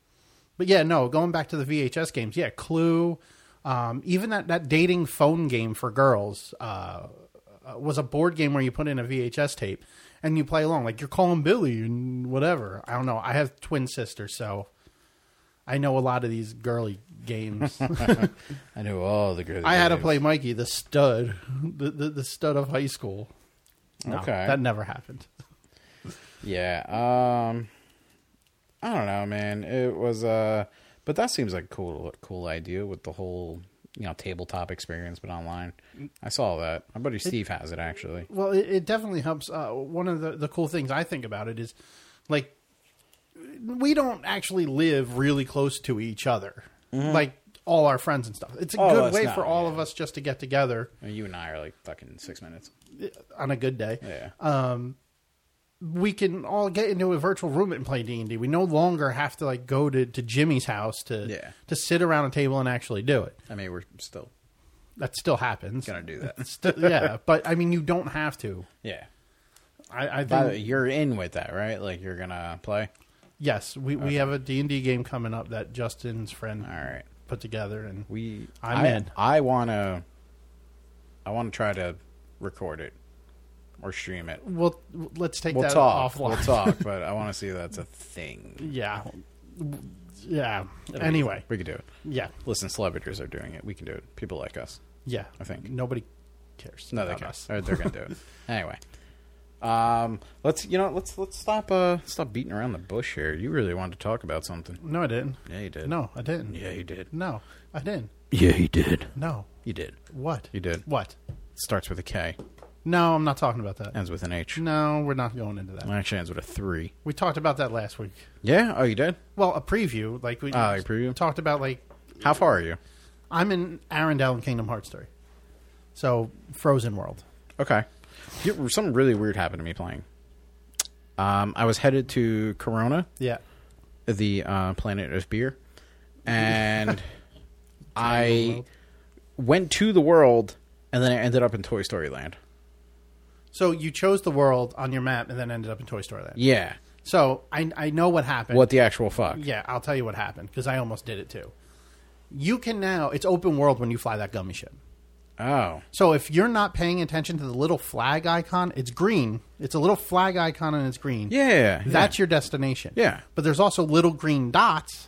Speaker 1: but yeah, no. Going back to the VHS games, yeah, Clue. Um, even that that dating phone game for girls uh, uh, was a board game where you put in a VHS tape and you play along. Like you're calling Billy and whatever. I don't know. I have twin sisters, so I know a lot of these girly games.
Speaker 3: I knew all the good.
Speaker 1: I had to play Mikey, the stud, the, the, the stud of high school. No,
Speaker 3: Okay.
Speaker 1: That never happened.
Speaker 3: Yeah. Um I don't know, man. It was uh but that seems like a cool cool idea with the whole, you know, tabletop experience but online. I saw that. My buddy Steve has it actually.
Speaker 1: Well, it, it definitely helps. Uh, one of the, the cool things I think about it is like, we don't actually live really close to each other, like all our friends and stuff. It's a
Speaker 3: Oh,
Speaker 1: good
Speaker 3: it's
Speaker 1: way
Speaker 3: not,
Speaker 1: for Mm-hmm. all
Speaker 3: yeah.
Speaker 1: of us just to get together
Speaker 3: I mean, you and I are like fucking 6 minutes.
Speaker 1: on a good day.
Speaker 3: Yeah.
Speaker 1: we can all get into a virtual room and play D and D. We no longer have to like go to, to Jimmy's house to
Speaker 3: Yeah.
Speaker 1: to sit around a table and actually do it.
Speaker 3: I mean, we're still
Speaker 1: That still happens.
Speaker 3: going to do that.
Speaker 1: Still- yeah, but I mean, you don't have to.
Speaker 3: yeah.
Speaker 1: I, I
Speaker 3: By
Speaker 1: think
Speaker 3: the way, you're in with that, right? Like you're going to play.
Speaker 1: yes, we, we have a D and D game coming up that Justin's friend
Speaker 3: All right.
Speaker 1: put together, and
Speaker 3: We
Speaker 1: I'm
Speaker 3: I,
Speaker 1: in.
Speaker 3: I want to I want to try to record it or stream it.
Speaker 1: Well, let's take
Speaker 3: We'll
Speaker 1: that
Speaker 3: talk.
Speaker 1: offline.
Speaker 3: We'll talk, but I want to see if that's a thing.
Speaker 1: Yeah. Yeah. Anyway.
Speaker 3: we could do it.
Speaker 1: Yeah.
Speaker 3: Listen, celebrities are doing it. We can do it. People like us.
Speaker 1: Yeah.
Speaker 3: I think.
Speaker 1: nobody cares.
Speaker 3: No, they
Speaker 1: about
Speaker 3: can.
Speaker 1: us.
Speaker 3: Or they're gonna do it anyway. Um, let's you know let's let's stop uh stop beating around the bush here. You really wanted to talk about something.
Speaker 1: No, I didn't.
Speaker 3: Yeah, you did.
Speaker 1: No, I didn't.
Speaker 3: Yeah, you did.
Speaker 1: No, I didn't.
Speaker 5: Yeah, he did.
Speaker 1: No.
Speaker 3: You did.
Speaker 1: What?
Speaker 3: You did.
Speaker 1: What?
Speaker 3: Starts with a K,
Speaker 1: No, I'm not talking about that.
Speaker 3: ends with an H.
Speaker 1: No, we're not going into that.
Speaker 3: Actually, ends with a three.
Speaker 1: We talked about that last week.
Speaker 3: Yeah. Oh, you did.
Speaker 1: Well, a preview, like we
Speaker 3: Ah, a preview?
Speaker 1: talked about. Like
Speaker 3: How far are you?
Speaker 1: I'm in Arendelle and Kingdom Hearts three, so Frozen World.
Speaker 3: Okay. You- something really weird happened to me playing. Um, I was headed to Corona,
Speaker 1: Yeah,
Speaker 3: the uh, planet of beer, and I went to the world, and then I ended up in Toy Story Land.
Speaker 1: so you chose the world on your map and then ended up in Toy Story Land.
Speaker 3: Yeah.
Speaker 1: So I I know what happened.
Speaker 3: What the actual fuck?
Speaker 1: Yeah, I'll tell you what happened because I almost did it too. You can now it's open world when you fly that gummy ship.
Speaker 3: Oh.
Speaker 1: So if you're not paying attention to the little flag icon, it's green. It's a little flag icon and it's green.
Speaker 3: Yeah.
Speaker 1: That's your destination.
Speaker 3: Yeah.
Speaker 1: But there's also little green dots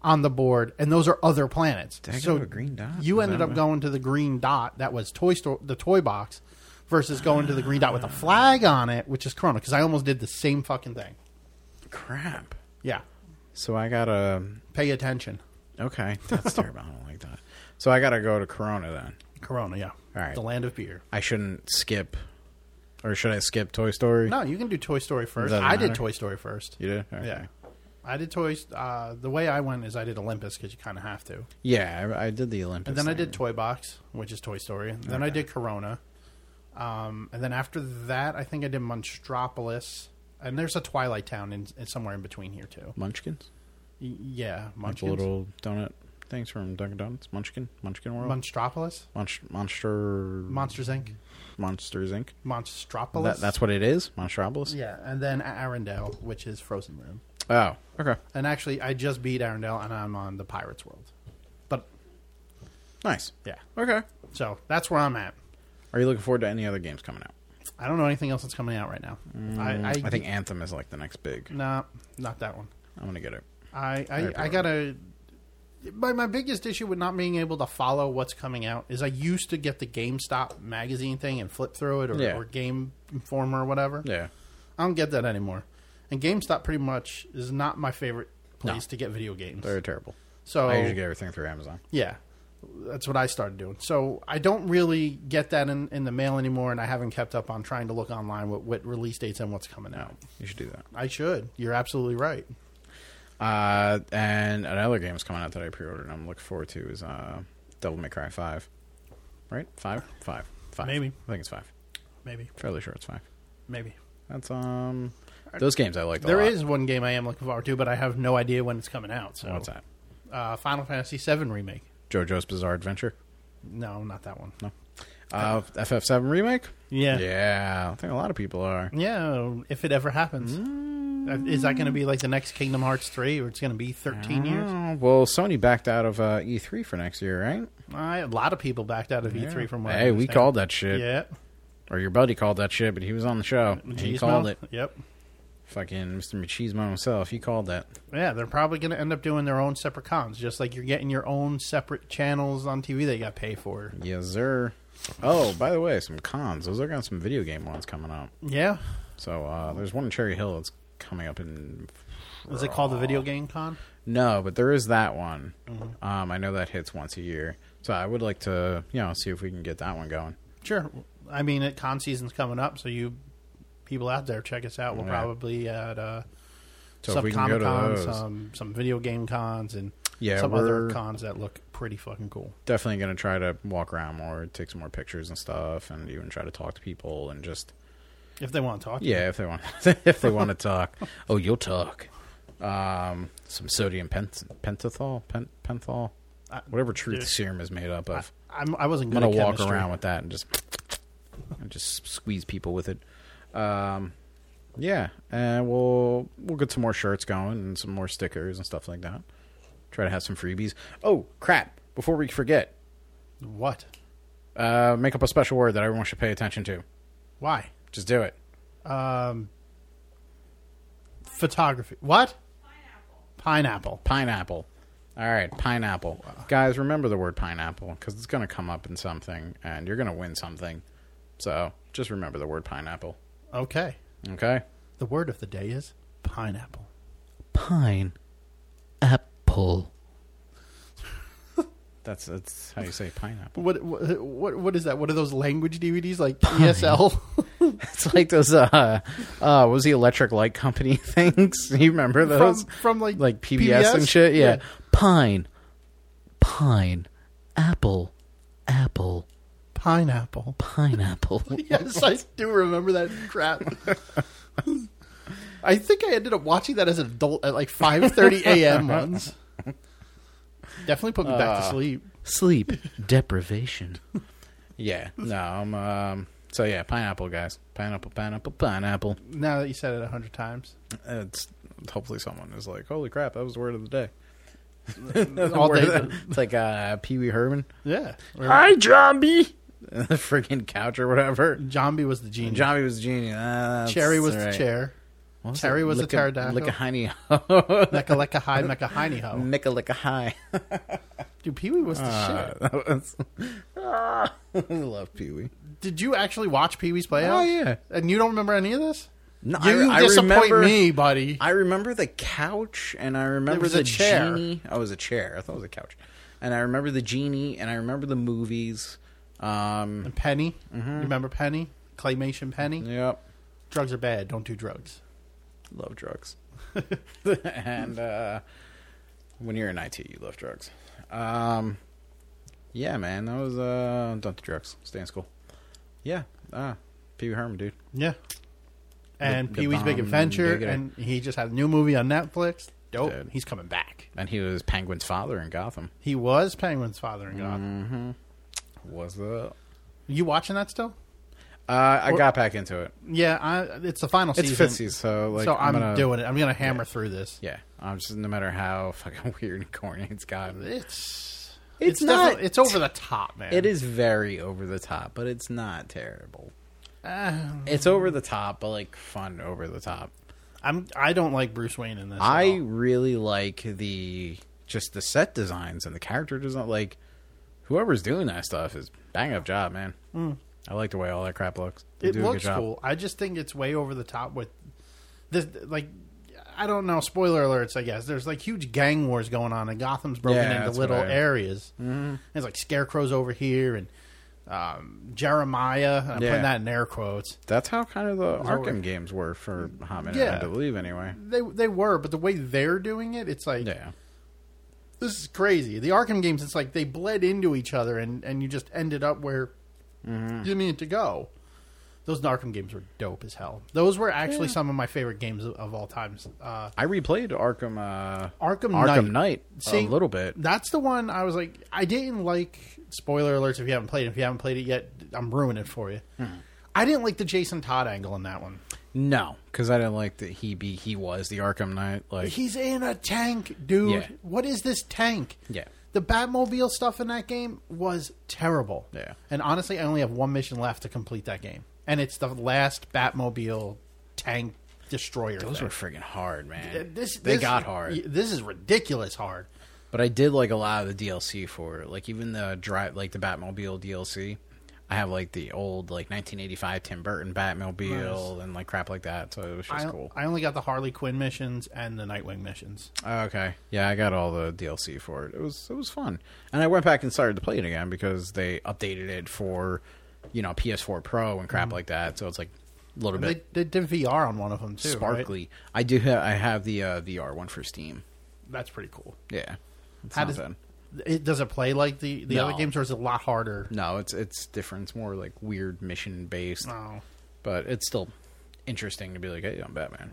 Speaker 1: on the board, and those are other planets.
Speaker 3: I
Speaker 1: so
Speaker 3: go to green dot?
Speaker 1: you
Speaker 3: Is
Speaker 1: ended
Speaker 3: that
Speaker 1: up
Speaker 3: what-
Speaker 1: going to the green dot that was toy store, the toy box, versus going to the green dot with a flag on it, which is Corona. Because I almost did the same fucking thing.
Speaker 3: yeah. crap.
Speaker 1: Yeah.
Speaker 3: So I gotta.
Speaker 1: Pay attention,
Speaker 3: Okay, that's terrible. I don't like that. So I gotta go to Corona then.
Speaker 1: Corona. Yeah.
Speaker 3: All right.
Speaker 1: The land of beer.
Speaker 3: I shouldn't skip, or should I skip Toy Story?
Speaker 1: No, you can do Toy Story first.
Speaker 3: Doesn't
Speaker 1: I
Speaker 3: matter.
Speaker 1: did Toy Story first.
Speaker 3: You did. Okay.
Speaker 1: Yeah. I did Toy. Uh, the way I went is I did Olympus because you kind of have to.
Speaker 3: Yeah, I, I did the Olympics.
Speaker 1: And then I
Speaker 3: thing.
Speaker 1: did Toy Box, which is Toy Story. And Then I did Corona. Um, and then after that, I think I did Monstropolis. And there's a Twilight Town in, in somewhere in between here too.
Speaker 3: Munchkins.
Speaker 1: Y- yeah,
Speaker 3: Like the
Speaker 1: Munchkins.
Speaker 3: little donut things from Dunkin' Donuts. Munchkin. Munchkin World.
Speaker 1: Monstropolis,
Speaker 3: Monst- Monster.
Speaker 1: Monsters Inc.,
Speaker 3: Monsters Inc.
Speaker 1: Monstropolis.
Speaker 3: That, that's what it is. Monstropolis.
Speaker 1: yeah. And then Arendelle, which is Frozen Room.
Speaker 3: Oh. Okay.
Speaker 1: And actually, I just beat Arendelle, and I'm on the Pirates World. But
Speaker 3: Nice.
Speaker 1: yeah,
Speaker 3: Okay.
Speaker 1: so that's where I'm at.
Speaker 3: Are you looking forward to any other games coming out?
Speaker 1: I don't know anything else that's coming out right now. I, I,
Speaker 3: Mm. I think Anthem is like the next big.
Speaker 1: nah, not that one.
Speaker 3: I'm gonna get it.
Speaker 1: I
Speaker 3: Very
Speaker 1: I, I gotta. My my biggest issue with not being able to follow what's coming out is I used to get the GameStop magazine thing and flip through it or,
Speaker 3: Yeah.
Speaker 1: or Game Informer or whatever.
Speaker 3: Yeah.
Speaker 1: I don't get that anymore. And GameStop pretty much is not my favorite place to get video games.
Speaker 3: They're terrible.
Speaker 1: So
Speaker 3: I usually get everything through Amazon.
Speaker 1: yeah, that's what I started doing. So I don't really get that in, in the mail anymore, and I haven't kept up on trying to look online what, what release dates and what's coming out.
Speaker 3: You should do that.
Speaker 1: I should. You're absolutely right.
Speaker 3: Uh, and another game's coming out that I pre-ordered and I'm looking forward to is uh, Devil May Cry 5. Right? 5? 5. 5.
Speaker 1: Maybe.
Speaker 3: I think it's 5.
Speaker 1: Maybe.
Speaker 3: Fairly sure it's 5.
Speaker 1: Maybe.
Speaker 3: That's, um... Those games I liked a
Speaker 1: There
Speaker 3: lot.
Speaker 1: is one game I am looking forward to, but I have no idea when it's coming out. So
Speaker 3: What's that?
Speaker 1: Uh, Final Fantasy VII remake.
Speaker 3: JoJo's Bizarre Adventure?
Speaker 1: No, not that one.
Speaker 3: No. Uh, FF7 Remake?
Speaker 1: Yeah.
Speaker 3: Yeah. I think a lot of people are.
Speaker 1: Yeah, if it ever happens, Uh, is that going to be like the next Kingdom Hearts three, or it's going to be thirteen years?
Speaker 3: Oh, well, Sony backed out of uh, E3 for next year, right?
Speaker 1: I, a lot of people backed out of E three from what I
Speaker 3: Hey, we
Speaker 1: understand.
Speaker 3: called that shit.
Speaker 1: Yeah,
Speaker 3: Or your buddy called that shit, but he was on the show. and He
Speaker 1: Machismo.
Speaker 3: called it.
Speaker 1: Yep.
Speaker 3: Fucking Mr. Machismo himself. He called that.
Speaker 1: Yeah, they're probably going to end up doing their own separate cons, just like you're getting your own separate channels on TV that you got to pay for.
Speaker 3: Yes, sir. Oh, by the way, some cons. I was looking at some video game ones coming up.
Speaker 1: Yeah,
Speaker 3: So uh, there's one in Cherry Hill that's coming up in.
Speaker 1: is it called the video game con?
Speaker 3: No, but there is that one.
Speaker 1: Mm-hmm.
Speaker 3: Um, I know that hits once a year. So I would like to, you know, see if we can get that one going.
Speaker 1: Sure. I mean, it, con season's coming up, so you people out there, check us out. We'll
Speaker 3: Yeah.
Speaker 1: probably at uh,
Speaker 3: So if
Speaker 1: some
Speaker 3: we can
Speaker 1: comic
Speaker 3: go to
Speaker 1: cons,
Speaker 3: those.
Speaker 1: some some video game cons, and
Speaker 3: Yeah,
Speaker 1: some other
Speaker 3: we're-
Speaker 1: cons that look pretty fucking cool.
Speaker 3: Definitely going to try to walk around more, take some more pictures and stuff, and even try to talk to people and just,
Speaker 1: If they want to talk,
Speaker 3: yeah, if they want, if they want to talk. Oh, you'll talk. Um, some sodium pent- pentothal, pen- penthal, whatever truth
Speaker 1: dude.
Speaker 3: serum is made up of.
Speaker 1: I'm, I wasn't
Speaker 3: I'm
Speaker 1: going
Speaker 3: gonna
Speaker 1: to
Speaker 3: walk around with that and just and just squeeze people with it. Um, yeah, and we'll we'll get some more shirts going and some more stickers and stuff like that. Try to have some freebies. Oh crap! Before we forget,
Speaker 1: What?
Speaker 3: Uh, make up a special word that everyone should pay attention to.
Speaker 1: Why?
Speaker 3: Just do it.
Speaker 1: Um, photography. What?
Speaker 6: Pineapple.
Speaker 1: Pineapple.
Speaker 3: Pineapple. All right, pineapple. Guys, remember the word pineapple because it's going to come up in something and you're going to win something. So just remember the word pineapple.
Speaker 1: Okay.
Speaker 3: Okay?
Speaker 1: The word of the day is pineapple.
Speaker 7: Pine. Apple.
Speaker 3: That's, that's how you say pineapple.
Speaker 1: What what what, what is that? What are those language DVDs like ESL?
Speaker 3: It's like those, uh, uh, what was the Electric Light Company things? You remember
Speaker 1: from
Speaker 3: those?
Speaker 1: from like
Speaker 3: like PBS, and shit? Yeah.
Speaker 7: Pine. Pine. Apple. Apple.
Speaker 1: Pineapple.
Speaker 7: Pineapple.
Speaker 1: Yes, I do remember that crap. I think I ended up watching that as an adult at like 5:30 a.m. once. Definitely put me
Speaker 3: Uh.
Speaker 1: back to sleep.
Speaker 7: Sleep deprivation.
Speaker 3: Yeah. No, I'm, um, so yeah, pineapple, guys. Pineapple, pineapple, pineapple.
Speaker 1: Now that you said it a hundred times,
Speaker 3: It's hopefully someone is like, holy crap, that was the word of the day.
Speaker 1: all
Speaker 3: Word
Speaker 1: day.
Speaker 3: of the- it's like uh, Pee Wee Herman.
Speaker 1: yeah.
Speaker 3: Hi, Jambi. the freaking couch or whatever.
Speaker 1: Jambi was the genius.
Speaker 3: Jambi was a genius. Ah, that's
Speaker 1: Cherry was
Speaker 3: right.
Speaker 1: the chair.
Speaker 3: What
Speaker 1: Terry
Speaker 3: it?
Speaker 1: was the
Speaker 3: Lick
Speaker 1: pterodactyl.
Speaker 3: Lick a hiney ho.
Speaker 1: Mecca lecca high, mecca hiney ho.
Speaker 3: Mick a lick a high.
Speaker 1: Dude, Pee Wee was the shit.
Speaker 3: Uh, That was- Ah, I love Pee Wee.
Speaker 1: Did you actually watch Pee Wee's Playhouse?
Speaker 3: Oh, yeah.
Speaker 1: And you don't remember any of this?
Speaker 3: No,
Speaker 1: You
Speaker 3: I, I
Speaker 1: disappoint
Speaker 3: remember,
Speaker 1: me, buddy.
Speaker 3: I remember the couch, and I remember
Speaker 1: was a
Speaker 3: the
Speaker 1: chair.
Speaker 3: genie. Oh, it was a chair. I thought it was a couch. And I remember the genie, and I remember the movies. Um,
Speaker 1: and Penny.
Speaker 3: Mm-hmm.
Speaker 1: You remember Penny? Claymation Penny.
Speaker 3: yep.
Speaker 1: Drugs are bad. Don't do drugs.
Speaker 3: love drugs. and uh, when you're in IT, you love drugs. Um, yeah, man, that was uh, don't do drugs. Stay in school. Yeah, ah, Pee Wee Herman, dude.
Speaker 1: Yeah. And
Speaker 3: The- the
Speaker 1: Pee Wee's Big
Speaker 3: bomb
Speaker 1: Adventure,
Speaker 3: digger.
Speaker 1: and he just had a new movie on Netflix. Dope.
Speaker 3: Dude.
Speaker 1: He's coming back.
Speaker 3: And he was Penguin's father in Gotham.
Speaker 1: He was Penguin's father in Gotham.
Speaker 3: Mm-hmm. Was the
Speaker 1: You watching that still?
Speaker 3: uh, I got back into it.
Speaker 1: Yeah, I, it's the final
Speaker 3: It's
Speaker 1: season.
Speaker 3: fifth season, so like
Speaker 1: so I'm,
Speaker 3: gonna-
Speaker 1: doing it. I'm gonna hammer through this.
Speaker 3: Yeah, I'm just no matter how fucking weird and corny it's gotten.
Speaker 1: It's
Speaker 3: It's
Speaker 1: definitely-
Speaker 3: not-
Speaker 1: It's over the top, man.
Speaker 3: It is very over the top, but it's not terrible.
Speaker 1: Ah,
Speaker 3: It's over the top, but like fun over the top.
Speaker 1: I'm. I don't like Bruce Wayne in this. at
Speaker 3: I
Speaker 1: all.
Speaker 3: really like the just the set designs and the character design. Like whoever's doing that stuff is bang up job, man. I like the way all that crap looks.
Speaker 1: Mm.
Speaker 3: They
Speaker 1: it
Speaker 3: do a good
Speaker 1: looks
Speaker 3: job.
Speaker 1: cool. I just think it's way over the top with this. Like, I don't know. Spoiler alerts. I guess there's like huge gang wars going on, and Gotham's broken
Speaker 3: Yeah,
Speaker 1: into
Speaker 3: that's what
Speaker 1: little
Speaker 3: I-
Speaker 1: areas. Mm-hmm. There's like scarecrows over here, and um, Jeremiah. I'm
Speaker 3: Yeah.
Speaker 1: putting that in air quotes.
Speaker 3: That's how kind of the
Speaker 1: how it-
Speaker 3: Arkham games were for a hot minute,
Speaker 1: Yeah.
Speaker 3: I believe. Anyway,
Speaker 1: They they were, but the way they're doing it, it's like
Speaker 3: yeah,
Speaker 1: this is crazy. The Arkham games, it's like they bled into each other, and and you just ended up where
Speaker 3: Mm-hmm.
Speaker 1: you needed to go. Those Arkham games were dope as hell. Those were actually some of my favorite games of, of all times. Uh,
Speaker 3: I replayed Arkham uh,
Speaker 1: Arkham
Speaker 3: Arkham
Speaker 1: Knight.
Speaker 3: Knight
Speaker 1: See,
Speaker 3: a little bit.
Speaker 1: That's the one I was like, I didn't like. Spoiler alerts if you haven't played. it. If you haven't played it yet, I'm ruining it for you.
Speaker 3: Hmm.
Speaker 1: I didn't like the Jason Todd angle in that one.
Speaker 3: No, because I didn't like that he be he was the Arkham Knight. Like
Speaker 1: He's in a tank, dude.
Speaker 3: Yeah.
Speaker 1: What is this tank?
Speaker 3: Yeah.
Speaker 1: The Batmobile stuff in that game was terrible.
Speaker 3: Yeah.
Speaker 1: And honestly, I only have one mission left to complete that game. And it's the last Batmobile tank destroyer.
Speaker 3: those
Speaker 1: thing.
Speaker 3: were friggin' hard,
Speaker 1: Uh,
Speaker 3: man.
Speaker 1: this,
Speaker 3: they
Speaker 1: this-
Speaker 3: got hard.
Speaker 1: y- This is ridiculous hard.
Speaker 3: But I did like a lot of the DLC for it. Like even the drive, like the Batmobile DLC. I have like the old like 1985 Tim Burton Batmobile and like crap like that. So it was just
Speaker 1: I,
Speaker 3: cool.
Speaker 1: I only got the Harley Quinn missions and the Nightwing missions.
Speaker 3: Oh, okay, yeah, I got all the DLC for it. It was it was fun, and I went back and started to play it again because they updated it for you know PS4 Pro and crap like that. So it's like a little
Speaker 1: Mm-hmm. They,
Speaker 3: bit
Speaker 1: they did VR on one of them too. right?
Speaker 3: sparkly. I do have I have the uh, VR one for Steam.
Speaker 1: That's pretty cool.
Speaker 3: Yeah, it's
Speaker 1: How
Speaker 3: not
Speaker 1: does
Speaker 3: bad.
Speaker 1: it does it play like the, the
Speaker 3: No.
Speaker 1: other games or is it a lot harder?
Speaker 3: No, it's it's different. It's more like weird mission based.
Speaker 1: Oh.
Speaker 3: but it's still interesting to be like, hey, I'm Batman.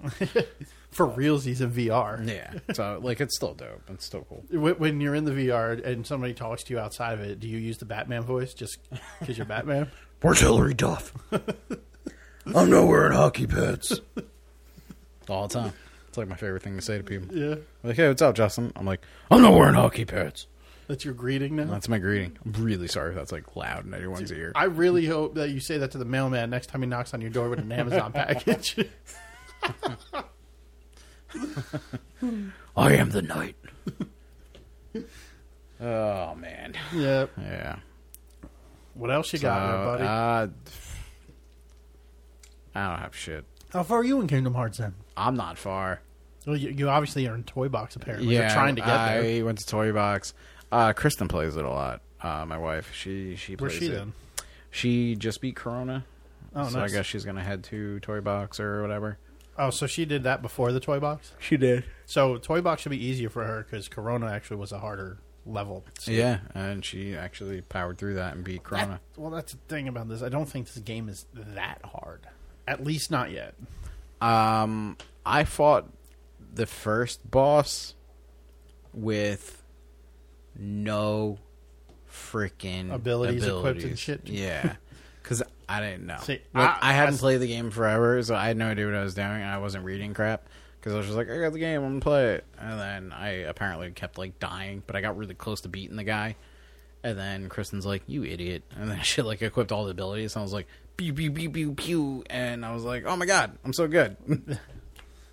Speaker 1: For realsies in VR.
Speaker 3: yeah. So like, it's still dope. It's still cool.
Speaker 1: When when you're in the VR and somebody talks to you outside of it, do you use the Batman voice just because you're Batman?
Speaker 7: Where's Hillary Duff? I'm not wearing hockey pads.
Speaker 3: All the time. It's like my favorite thing to say to people.
Speaker 1: Yeah.
Speaker 3: Like, hey, what's up, Justin? I'm like, I'm not wearing hockey pads.
Speaker 1: That's your greeting now.
Speaker 3: That's my greeting. I'm really sorry if that's like loud in everyone's ear.
Speaker 1: I really hope that you say that to the mailman next time he knocks on your door with an Amazon package.
Speaker 3: I am the knight. oh man.
Speaker 1: yeah.
Speaker 3: Yeah.
Speaker 1: What else you got, there,
Speaker 3: Uh,
Speaker 1: buddy?
Speaker 3: uh, I don't have shit.
Speaker 1: How far are you in Kingdom Hearts then?
Speaker 3: I'm not far.
Speaker 1: Well, you, you obviously are in Toy Box apparently. You're trying to get
Speaker 3: I
Speaker 1: there.
Speaker 3: went to Toy Box. Uh, Kristen plays it a lot. Uh, my wife, she she
Speaker 1: Where's
Speaker 3: plays
Speaker 1: she
Speaker 3: it.
Speaker 1: then?
Speaker 3: She just beat Corona,
Speaker 1: Oh,
Speaker 3: so
Speaker 1: nice.
Speaker 3: I guess she's gonna head to Toy Box or whatever.
Speaker 1: Oh, so she did that before the Toy Box.
Speaker 3: She did.
Speaker 1: So Toy Box should be easier for her because Corona actually was a harder level. So
Speaker 3: Yeah, and she actually powered through that and
Speaker 1: that-
Speaker 3: beat Corona.
Speaker 1: well, that's the thing about this. I don't think this game is that hard. At least not yet.
Speaker 3: Um, I fought the first boss with no freaking
Speaker 1: Abilities, equipped, and
Speaker 3: abilities.
Speaker 1: shit.
Speaker 3: Yeah, because I didn't know.
Speaker 1: See,
Speaker 3: Like,
Speaker 1: I-
Speaker 3: I,
Speaker 1: I-
Speaker 3: hadn't played the game forever, so I had no idea what I was doing. and I wasn't reading crap because I was just like, I got the game, I'm gonna play it. And then I apparently kept like dying, but I got really close to beating the guy. And then Kristen's like, "You idiot!" And then she like equipped all the abilities. And I was like, "Pew pew pew pew pew," and I was like, "Oh my god, I'm so good!"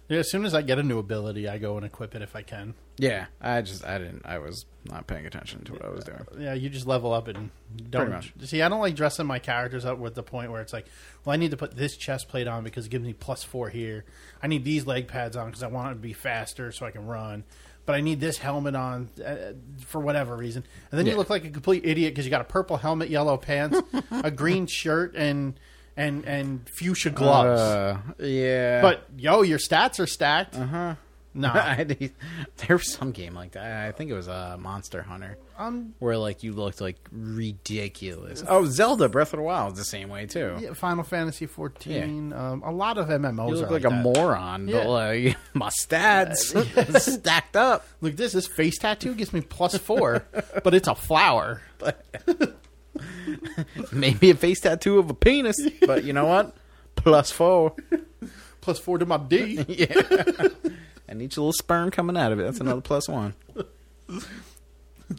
Speaker 1: Yeah, as soon as I get a new ability, I go and equip it if I can.
Speaker 3: Yeah, I just I didn't I was not paying attention to what I was doing.
Speaker 1: Yeah, you just level up and don't.
Speaker 3: much.
Speaker 1: See, I don't like dressing my characters up with the point where it's like, well, I need to put this chest plate on because it gives me plus four here. I need these leg pads on because I want it to be faster so I can run. But I need this helmet on uh, for whatever reason. And then you
Speaker 3: Yeah.
Speaker 1: look like a complete idiot because you got a purple helmet, yellow pants, a green shirt, and and and fuchsia gloves.
Speaker 3: Uh, Uh-huh. yeah,
Speaker 1: but yo, your stats are stacked. Uh huh. Nah,
Speaker 3: I had to- there was some game like that. I think it was uh, Monster Hunter,
Speaker 1: I'm
Speaker 3: where like you looked like ridiculous. Um, Oh, Zelda Breath of the Wild is the same way too.
Speaker 1: yeah, Final Fantasy fourteen. Um, a lot of MMOs
Speaker 3: You look
Speaker 1: are
Speaker 3: like,
Speaker 1: like,
Speaker 3: a
Speaker 1: that.
Speaker 3: moron,
Speaker 1: Yeah.
Speaker 3: but like my stats stacked up.
Speaker 1: Look, this this face tattoo gives me plus four, but it's a flower.
Speaker 3: Maybe a face tattoo of a penis, but you know what? Plus four,
Speaker 1: Plus four to my D.
Speaker 3: and each little sperm coming out of it. That's another plus one.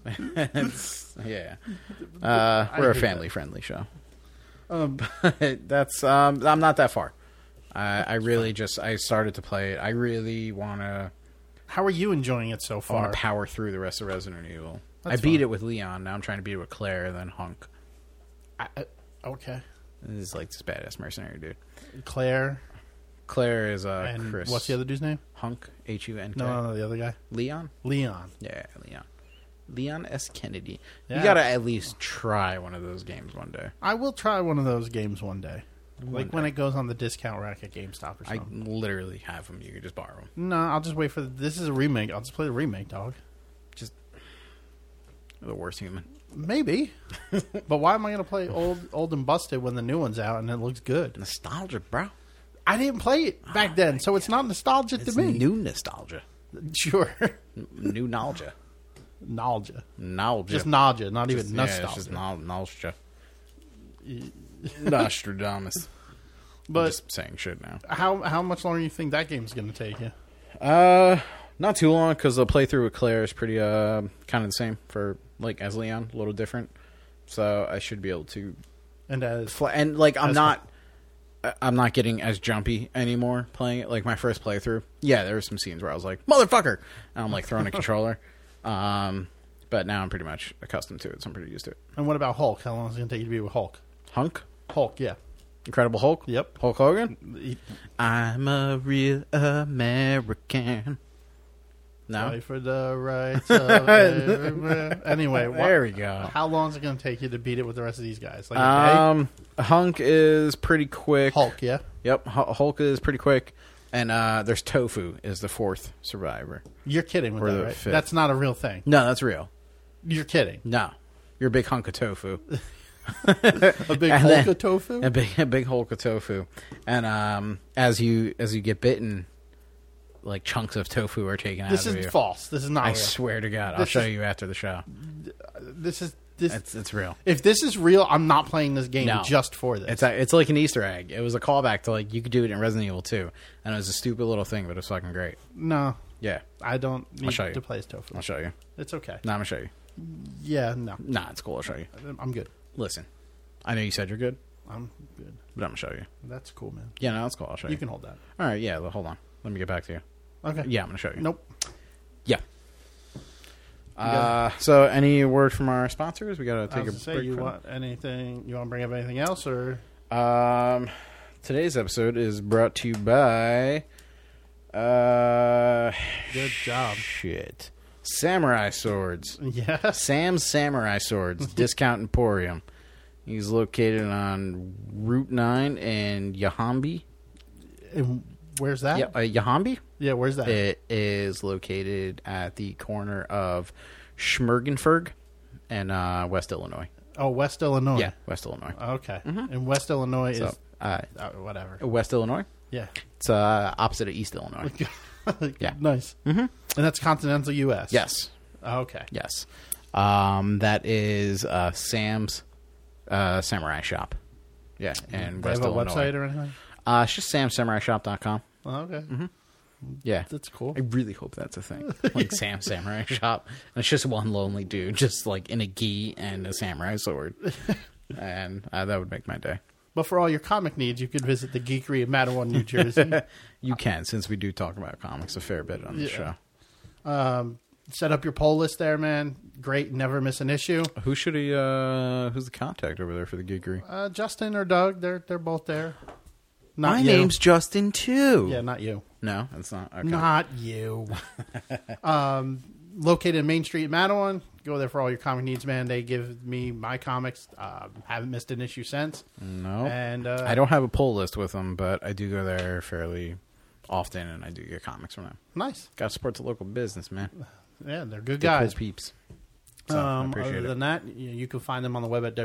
Speaker 3: It's- yeah, uh, we're a
Speaker 1: hate Um,
Speaker 3: family friendly show. But that's um, I'm not that far. I, I really just I started to play it. I really want to
Speaker 1: How are you enjoying it so far?
Speaker 3: want to power through the rest of Resident Evil.
Speaker 1: That's
Speaker 3: I beat
Speaker 1: fine.
Speaker 3: it with Leon. Now I'm trying to beat it with Claire, then Hunk.
Speaker 1: I, I, okay,
Speaker 3: This is like this badass mercenary dude.
Speaker 1: Claire
Speaker 3: Claire is uh
Speaker 1: and
Speaker 3: Chris.
Speaker 1: what's the other dude's name?
Speaker 3: Hunk H U N K.
Speaker 1: No, no, no, the other guy,
Speaker 3: Leon.
Speaker 1: Leon.
Speaker 3: Yeah, Leon. Leon S. Kennedy.
Speaker 1: Yeah.
Speaker 3: You gotta at least try one of those games one day.
Speaker 1: I will try one of those games one day, like
Speaker 3: One
Speaker 1: when it goes on the discount rack at GameStop or
Speaker 3: I
Speaker 1: something.
Speaker 3: literally have them. You can just borrow them.
Speaker 1: No, I'll just wait for the, this is a remake. I'll just play the remake, dog.
Speaker 3: Just the worst human.
Speaker 1: Maybe, but why am I going to play old, old and busted when the new one's out and it looks good?
Speaker 3: Nostalgia, bro.
Speaker 1: I didn't play it back then, so it's not nostalgic
Speaker 3: Oh It's
Speaker 1: to me.
Speaker 3: new nostalgia.
Speaker 1: Sure,
Speaker 3: N- New nostalgia.
Speaker 1: nostalgia.
Speaker 3: Nostalgia.
Speaker 1: Just nausea, not
Speaker 3: Just-
Speaker 1: even
Speaker 3: yeah,
Speaker 1: nostalgia.
Speaker 3: it's just no- nostalgia. Nostradamus.
Speaker 1: but
Speaker 3: I'm just saying shit now.
Speaker 1: how how much longer do you think that game's going to take you?
Speaker 3: Uh, not too long because the playthrough with Claire is pretty uh kind of the same for like as Leon, a little different. So I should be able to
Speaker 1: And uh, as
Speaker 3: fl- and like I'm
Speaker 1: That's
Speaker 3: not I- I'm not getting as jumpy anymore playing it. Like my first playthrough, yeah, there were some scenes where I was like motherfucker, and I'm like throwing a controller. Um, but now I'm pretty much accustomed to it, so I'm pretty used to it.
Speaker 1: and what about Hulk? How long is it going to take you to be with Hulk?
Speaker 3: Hunk,
Speaker 1: Hulk, yeah.
Speaker 3: Incredible Hulk,
Speaker 1: Yep.
Speaker 3: Hulk Hogan.
Speaker 1: He-
Speaker 3: I'm a real American. No,
Speaker 1: Fight for the rights of every man. Anyway, wha-
Speaker 3: There we go.
Speaker 1: How long is it going to take you to beat it with the rest of these guys? Like a day?
Speaker 3: Um, Hunk is pretty quick.
Speaker 1: Hulk, yeah.
Speaker 3: Yep, Hu- Hulk is pretty quick, and uh, there's Tofu is the fourth survivor.
Speaker 1: You're kidding with
Speaker 3: Or
Speaker 1: that,
Speaker 3: the
Speaker 1: right?
Speaker 3: fifth.
Speaker 1: That's not a real thing.
Speaker 3: No, that's real.
Speaker 1: You're kidding.
Speaker 3: No, you're a big hunk of tofu,
Speaker 1: A big
Speaker 3: And
Speaker 1: Hulk
Speaker 3: then-
Speaker 1: of tofu.
Speaker 3: a big a big hulk of tofu, and um, as you as you get bitten, like chunks of tofu are taken out
Speaker 1: This
Speaker 3: of
Speaker 1: is
Speaker 3: you.
Speaker 1: false. This is not
Speaker 3: I
Speaker 1: real.
Speaker 3: swear to God, I'll
Speaker 1: This
Speaker 3: show
Speaker 1: is-
Speaker 3: you after the show.
Speaker 1: This is this.
Speaker 3: It's it's real.
Speaker 1: if this is real, I'm not playing this game
Speaker 3: No.
Speaker 1: just for this.
Speaker 3: It's a, it's like an Easter egg. It was a callback to like you could do it in Resident Evil 2, and it was a stupid little thing, but it was fucking great.
Speaker 1: no,
Speaker 3: Yeah,
Speaker 1: I don't need
Speaker 3: show you.
Speaker 1: to play as tofu.
Speaker 3: I'll show you.
Speaker 1: It's okay.
Speaker 3: No, I'm gonna show you.
Speaker 1: Yeah, no,
Speaker 3: Nah, it's cool. I'll show you.
Speaker 1: I'm good.
Speaker 3: Listen, I know you said you're good,
Speaker 1: I'm good.
Speaker 3: but I'm gonna show you.
Speaker 1: That's cool, man.
Speaker 3: Yeah, no, that's cool. I'll show you.
Speaker 1: You can hold that.
Speaker 3: All right, yeah. well, Hold on. Let me get back to you.
Speaker 1: Okay.
Speaker 3: Yeah, I'm gonna show you.
Speaker 1: Nope.
Speaker 3: Yeah. Uh, so any word from our sponsors? We gotta
Speaker 1: I
Speaker 3: take a
Speaker 1: was
Speaker 3: break.
Speaker 1: gonna say, you
Speaker 3: from-
Speaker 1: want anything? You want to bring up anything else, or
Speaker 3: Um, today's episode is brought to you by. Uh,
Speaker 1: good job? Mm.
Speaker 3: shit, samurai swords.
Speaker 1: Yes.
Speaker 3: Sam's Samurai Swords Discount Emporium. He's located on Route Nine and Yahambi.
Speaker 1: And where's that?
Speaker 3: Yeah, uh, Yahambi.
Speaker 1: Yeah. Where's that?
Speaker 3: It is located at the corner of Schmergenferg and uh, West Illinois.
Speaker 1: oh, West Illinois.
Speaker 3: Yeah, West Illinois.
Speaker 1: Okay. And West Illinois
Speaker 3: So,
Speaker 1: is
Speaker 3: uh,
Speaker 1: uh, whatever.
Speaker 3: West Illinois.
Speaker 1: Yeah.
Speaker 3: It's uh, opposite of East Illinois. Yeah.
Speaker 1: Nice. Mm-hmm. And that's continental U.S.
Speaker 3: Yes,
Speaker 1: Okay.
Speaker 3: yes. Um, that is uh, Sam's uh, Samurai Shop. Yeah, and
Speaker 1: They
Speaker 3: West
Speaker 1: have a
Speaker 3: Illinois.
Speaker 1: website or anything?
Speaker 3: Uh, it's just samsamuraishop.com.
Speaker 1: Oh, Okay.
Speaker 3: Mm-hmm. Yeah.
Speaker 1: That's cool.
Speaker 3: I really hope that's a thing. Like Sam Samurai Shop. And it's just one lonely dude, just like in a gi and a samurai sword. and uh, that would make my day.
Speaker 1: But for all your comic needs, you could visit the Geekery in Mattawan, New Jersey.
Speaker 3: You can, since we do talk about comics a fair bit on the
Speaker 1: Yeah.
Speaker 3: show.
Speaker 1: Um, Set up your poll list there, man. Great. Never miss an issue.
Speaker 3: Who should he, uh, who's the contact over there for the geekery?
Speaker 1: Uh, Justin or Doug, they're they're both there. Not
Speaker 3: my
Speaker 1: you.
Speaker 3: name's Justin, too.
Speaker 1: Yeah, not you.
Speaker 3: No, that's not. Okay.
Speaker 1: Not you. um, located in Main Street, Mattawan. Go there for all your comic needs, man. They give me my comics. Uh, haven't missed an issue since.
Speaker 3: No.
Speaker 1: And uh,
Speaker 3: I don't have a poll list with them, but I do go there fairly often and I do get comics from them.
Speaker 1: Nice.
Speaker 3: Gotta support the local business, man.
Speaker 1: Yeah, they're good
Speaker 3: They're cool
Speaker 1: guys.
Speaker 3: peeps. So, I
Speaker 1: um,
Speaker 3: appreciate
Speaker 1: other
Speaker 3: it.
Speaker 1: than that, you, you can find them on the web at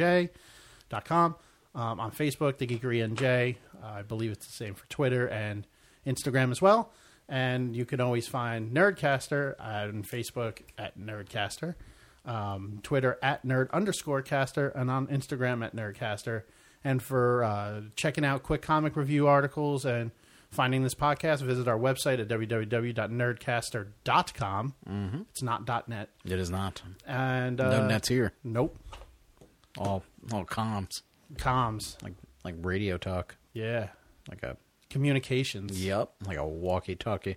Speaker 1: www.thegeekerynj.com. Um, on Facebook, The Geekery NJ. Uh, I believe it's the same for Twitter and Instagram as well. And you can always find Nerdcaster on Facebook at Nerdcaster, um, Twitter at Nerd underscore caster, and on Instagram at Nerdcaster. And for uh, checking out quick comic review articles and finding this podcast, visit our website at www.nerdcaster.com. Mm-hmm. It's not .net.
Speaker 3: It is not.
Speaker 1: And uh,
Speaker 3: No nets here.
Speaker 1: Nope.
Speaker 3: All all comms.
Speaker 1: Comms.
Speaker 3: Like like radio talk.
Speaker 1: Yeah.
Speaker 3: Like a
Speaker 1: Communications.
Speaker 3: Yep. Like a walkie talkie.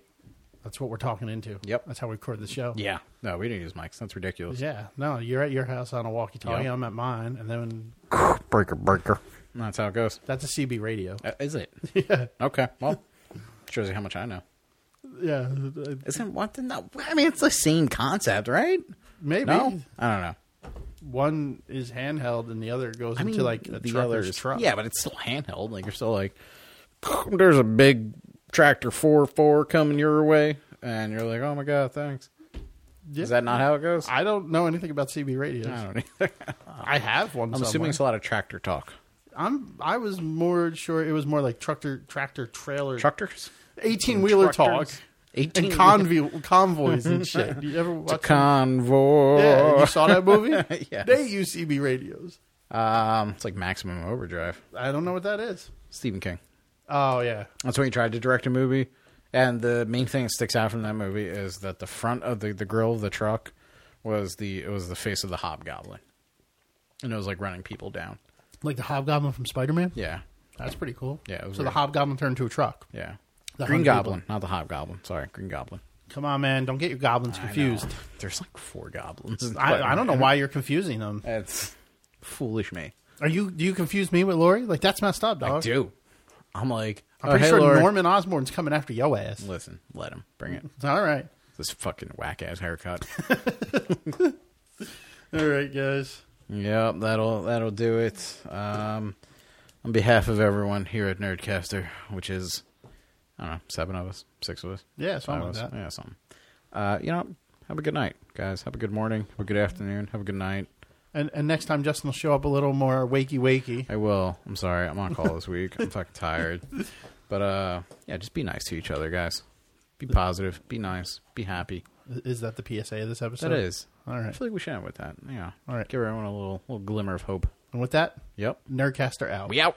Speaker 1: That's what we're talking into.
Speaker 3: Yep.
Speaker 1: That's how we record the show.
Speaker 3: Yeah. No, we didn't use mics. That's ridiculous.
Speaker 1: Yeah. No, you're at your house on a walkie-talkie.
Speaker 3: Yep.
Speaker 1: I'm at mine, and then
Speaker 3: Breaker breaker. That's how it goes.
Speaker 1: that's a CB radio.
Speaker 3: Uh, is it? Yeah. Okay. Well shows you how much I know.
Speaker 1: Yeah.
Speaker 3: Isn't what the no I mean it's the same concept, right?
Speaker 1: Maybe
Speaker 3: No? I don't know.
Speaker 1: one is handheld and the other goes
Speaker 3: I mean,
Speaker 1: into like a
Speaker 3: the other
Speaker 1: trucker's
Speaker 3: is
Speaker 1: truck.
Speaker 3: Yeah, but it's still handheld. Like you're still like, there's a big tractor four four coming your way, and you're like, oh my god, thanks.
Speaker 1: Yeah.
Speaker 3: Is that not how it goes?
Speaker 1: I don't know anything about CB radios.
Speaker 3: I don't either.
Speaker 1: I have one.
Speaker 3: I'm assuming
Speaker 1: somewhere.
Speaker 3: it's a lot of tractor talk.
Speaker 1: I'm. I was more sure it was more like tractor, tractor, trailer,
Speaker 3: Truckers?
Speaker 1: eighteen wheeler talk,
Speaker 3: Truckers.
Speaker 1: and
Speaker 3: 18
Speaker 1: convo- convoys and shit. You ever watch?
Speaker 3: Convoy.
Speaker 1: yeah, you saw that movie?
Speaker 3: Oh. Yes.
Speaker 1: They use CB radios.
Speaker 3: Um, it's like Maximum Overdrive.
Speaker 1: I don't know what that is.
Speaker 3: Stephen King.
Speaker 1: Oh yeah,
Speaker 3: That's when he tried to direct a movie. And the main thing that sticks out from that movie is that the front of the, the grill of the truck was the it was the face of the hobgoblin. And it was like running people down.
Speaker 1: like the Hobgoblin from Spider Man.
Speaker 3: Yeah.
Speaker 1: That's pretty cool.
Speaker 3: Yeah, it
Speaker 1: So
Speaker 3: was
Speaker 1: the
Speaker 3: weird.
Speaker 1: Hobgoblin turned into a truck.
Speaker 3: Yeah.
Speaker 1: The Hunt
Speaker 3: Green
Speaker 1: people.
Speaker 3: Goblin, not the hobgoblin. Sorry, Green Goblin.
Speaker 1: Come on, man! Don't get your goblins confused.
Speaker 3: There's like four goblins.
Speaker 1: I, I, don't know why you're confusing them.
Speaker 3: That's foolish me.
Speaker 1: Are you? Do you confuse me with Lori? Like that's messed up, dog.
Speaker 3: I do. I'm like
Speaker 1: I'm
Speaker 3: oh,
Speaker 1: pretty
Speaker 3: hey,
Speaker 1: sure
Speaker 3: Lord.
Speaker 1: Norman Osborn's coming after yo ass.
Speaker 3: Listen, let him bring it.
Speaker 1: All right.
Speaker 3: This fucking whack ass haircut.
Speaker 1: All right, guys.
Speaker 3: yep, that'll that'll do it. Um, on behalf of everyone here at Nerdcaster, which is I don't know, seven of us, six of us,
Speaker 1: Yeah,
Speaker 3: five
Speaker 1: something
Speaker 3: of
Speaker 1: like
Speaker 3: us,
Speaker 1: that.
Speaker 3: yeah, something. Uh, you know, have a good night, guys. Have a good morning. Have a good afternoon. Have a good night.
Speaker 1: And and next time Justin will show up a little more wakey wakey.
Speaker 3: I will. I'm sorry. I'm on call this week. I'm fucking tired. But uh yeah, just be nice to each other, guys. Be positive. Be nice. Be happy.
Speaker 1: Is that the PSA of this episode?
Speaker 3: That is.
Speaker 1: All
Speaker 3: I
Speaker 1: right.
Speaker 3: feel like we should end with that. Yeah.
Speaker 1: All right.
Speaker 3: Give everyone a little little glimmer of hope.
Speaker 1: And with that,
Speaker 3: Yep.
Speaker 1: Nerdcaster out.
Speaker 3: We out.